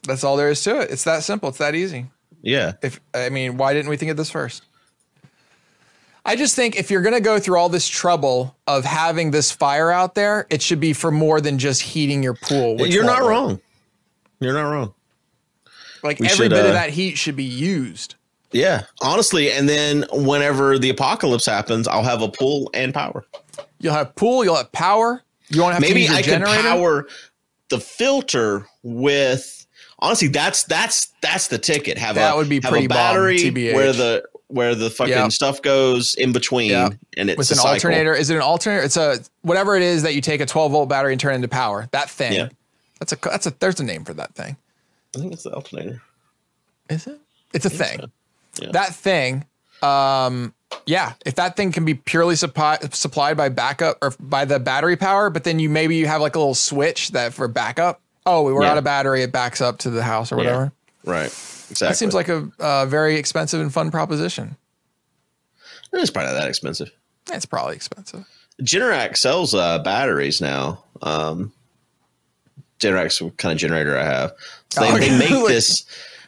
That's all there is to it. It's that simple. It's that easy.
Yeah,
If I mean, why didn't we think of this first? I just think if you're going to go through all this trouble of having this fire out there, it should be for more than just heating your pool. which
you're
won't
not
work.
wrong. You're not wrong.
Like
We
every
should,
bit
uh,
of that heat should be used.
Yeah, honestly. And then whenever the apocalypse happens, I'll have a pool and power.
You'll have pool. You'll have power. You won't have to
Maybe
use your
I
generator.
could power the filter with. Honestly, that's that's that's the ticket. Have
That
a,
would be
have
pretty
a
bomb,
battery
TBH.
where the where the fucking
Yep.
stuff goes in between,
Yep.
and it's
with
a
an
cycle.
alternator. Is it an alternator? It's a whatever it is that you take a 12 volt battery and turn into power. That thing.
Yeah.
That's a that's a there's a name for that thing.
I think it's the alternator.
Is it? It's a thing.
Yeah.
That thing. Um. Yeah. If that thing can be purely supply, supplied by backup or by the battery power, but then you maybe you have like a little switch that for backup. Oh, we were
Yeah.
out of battery. It backs up to the house or whatever.
Right. Exactly.
That seems like a uh, very expensive and fun proposition.
it's probably not that expensive.
It's probably expensive.
Generac sells uh, batteries now. Um, Generac's the kind of generator I have. So they,
Oh, okay.
they make
Like-
this.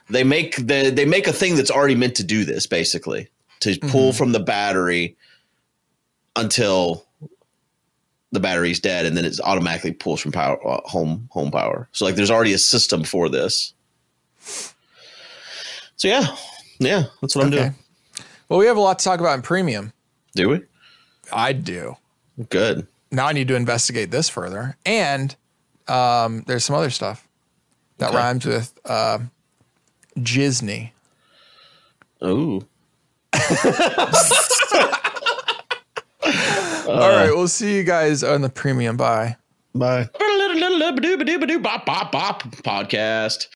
They make the they make a thing that's already meant to do this basically to
Mm-hmm.
pull from the battery until the battery's dead, and then it's automatically pulls from power uh, home home power. So like, there's already a system for this. So yeah, yeah, that's what I'm
Okay.
doing.
Well, we have a lot to talk about in premium.
Do we?
I do.
Good.
now I need to investigate this further. And um, there's some other stuff that
Okay.
rhymes with um Disney.
Ooh.
All right, we'll see you guys on the premium. Bye.
Bye. Podcast.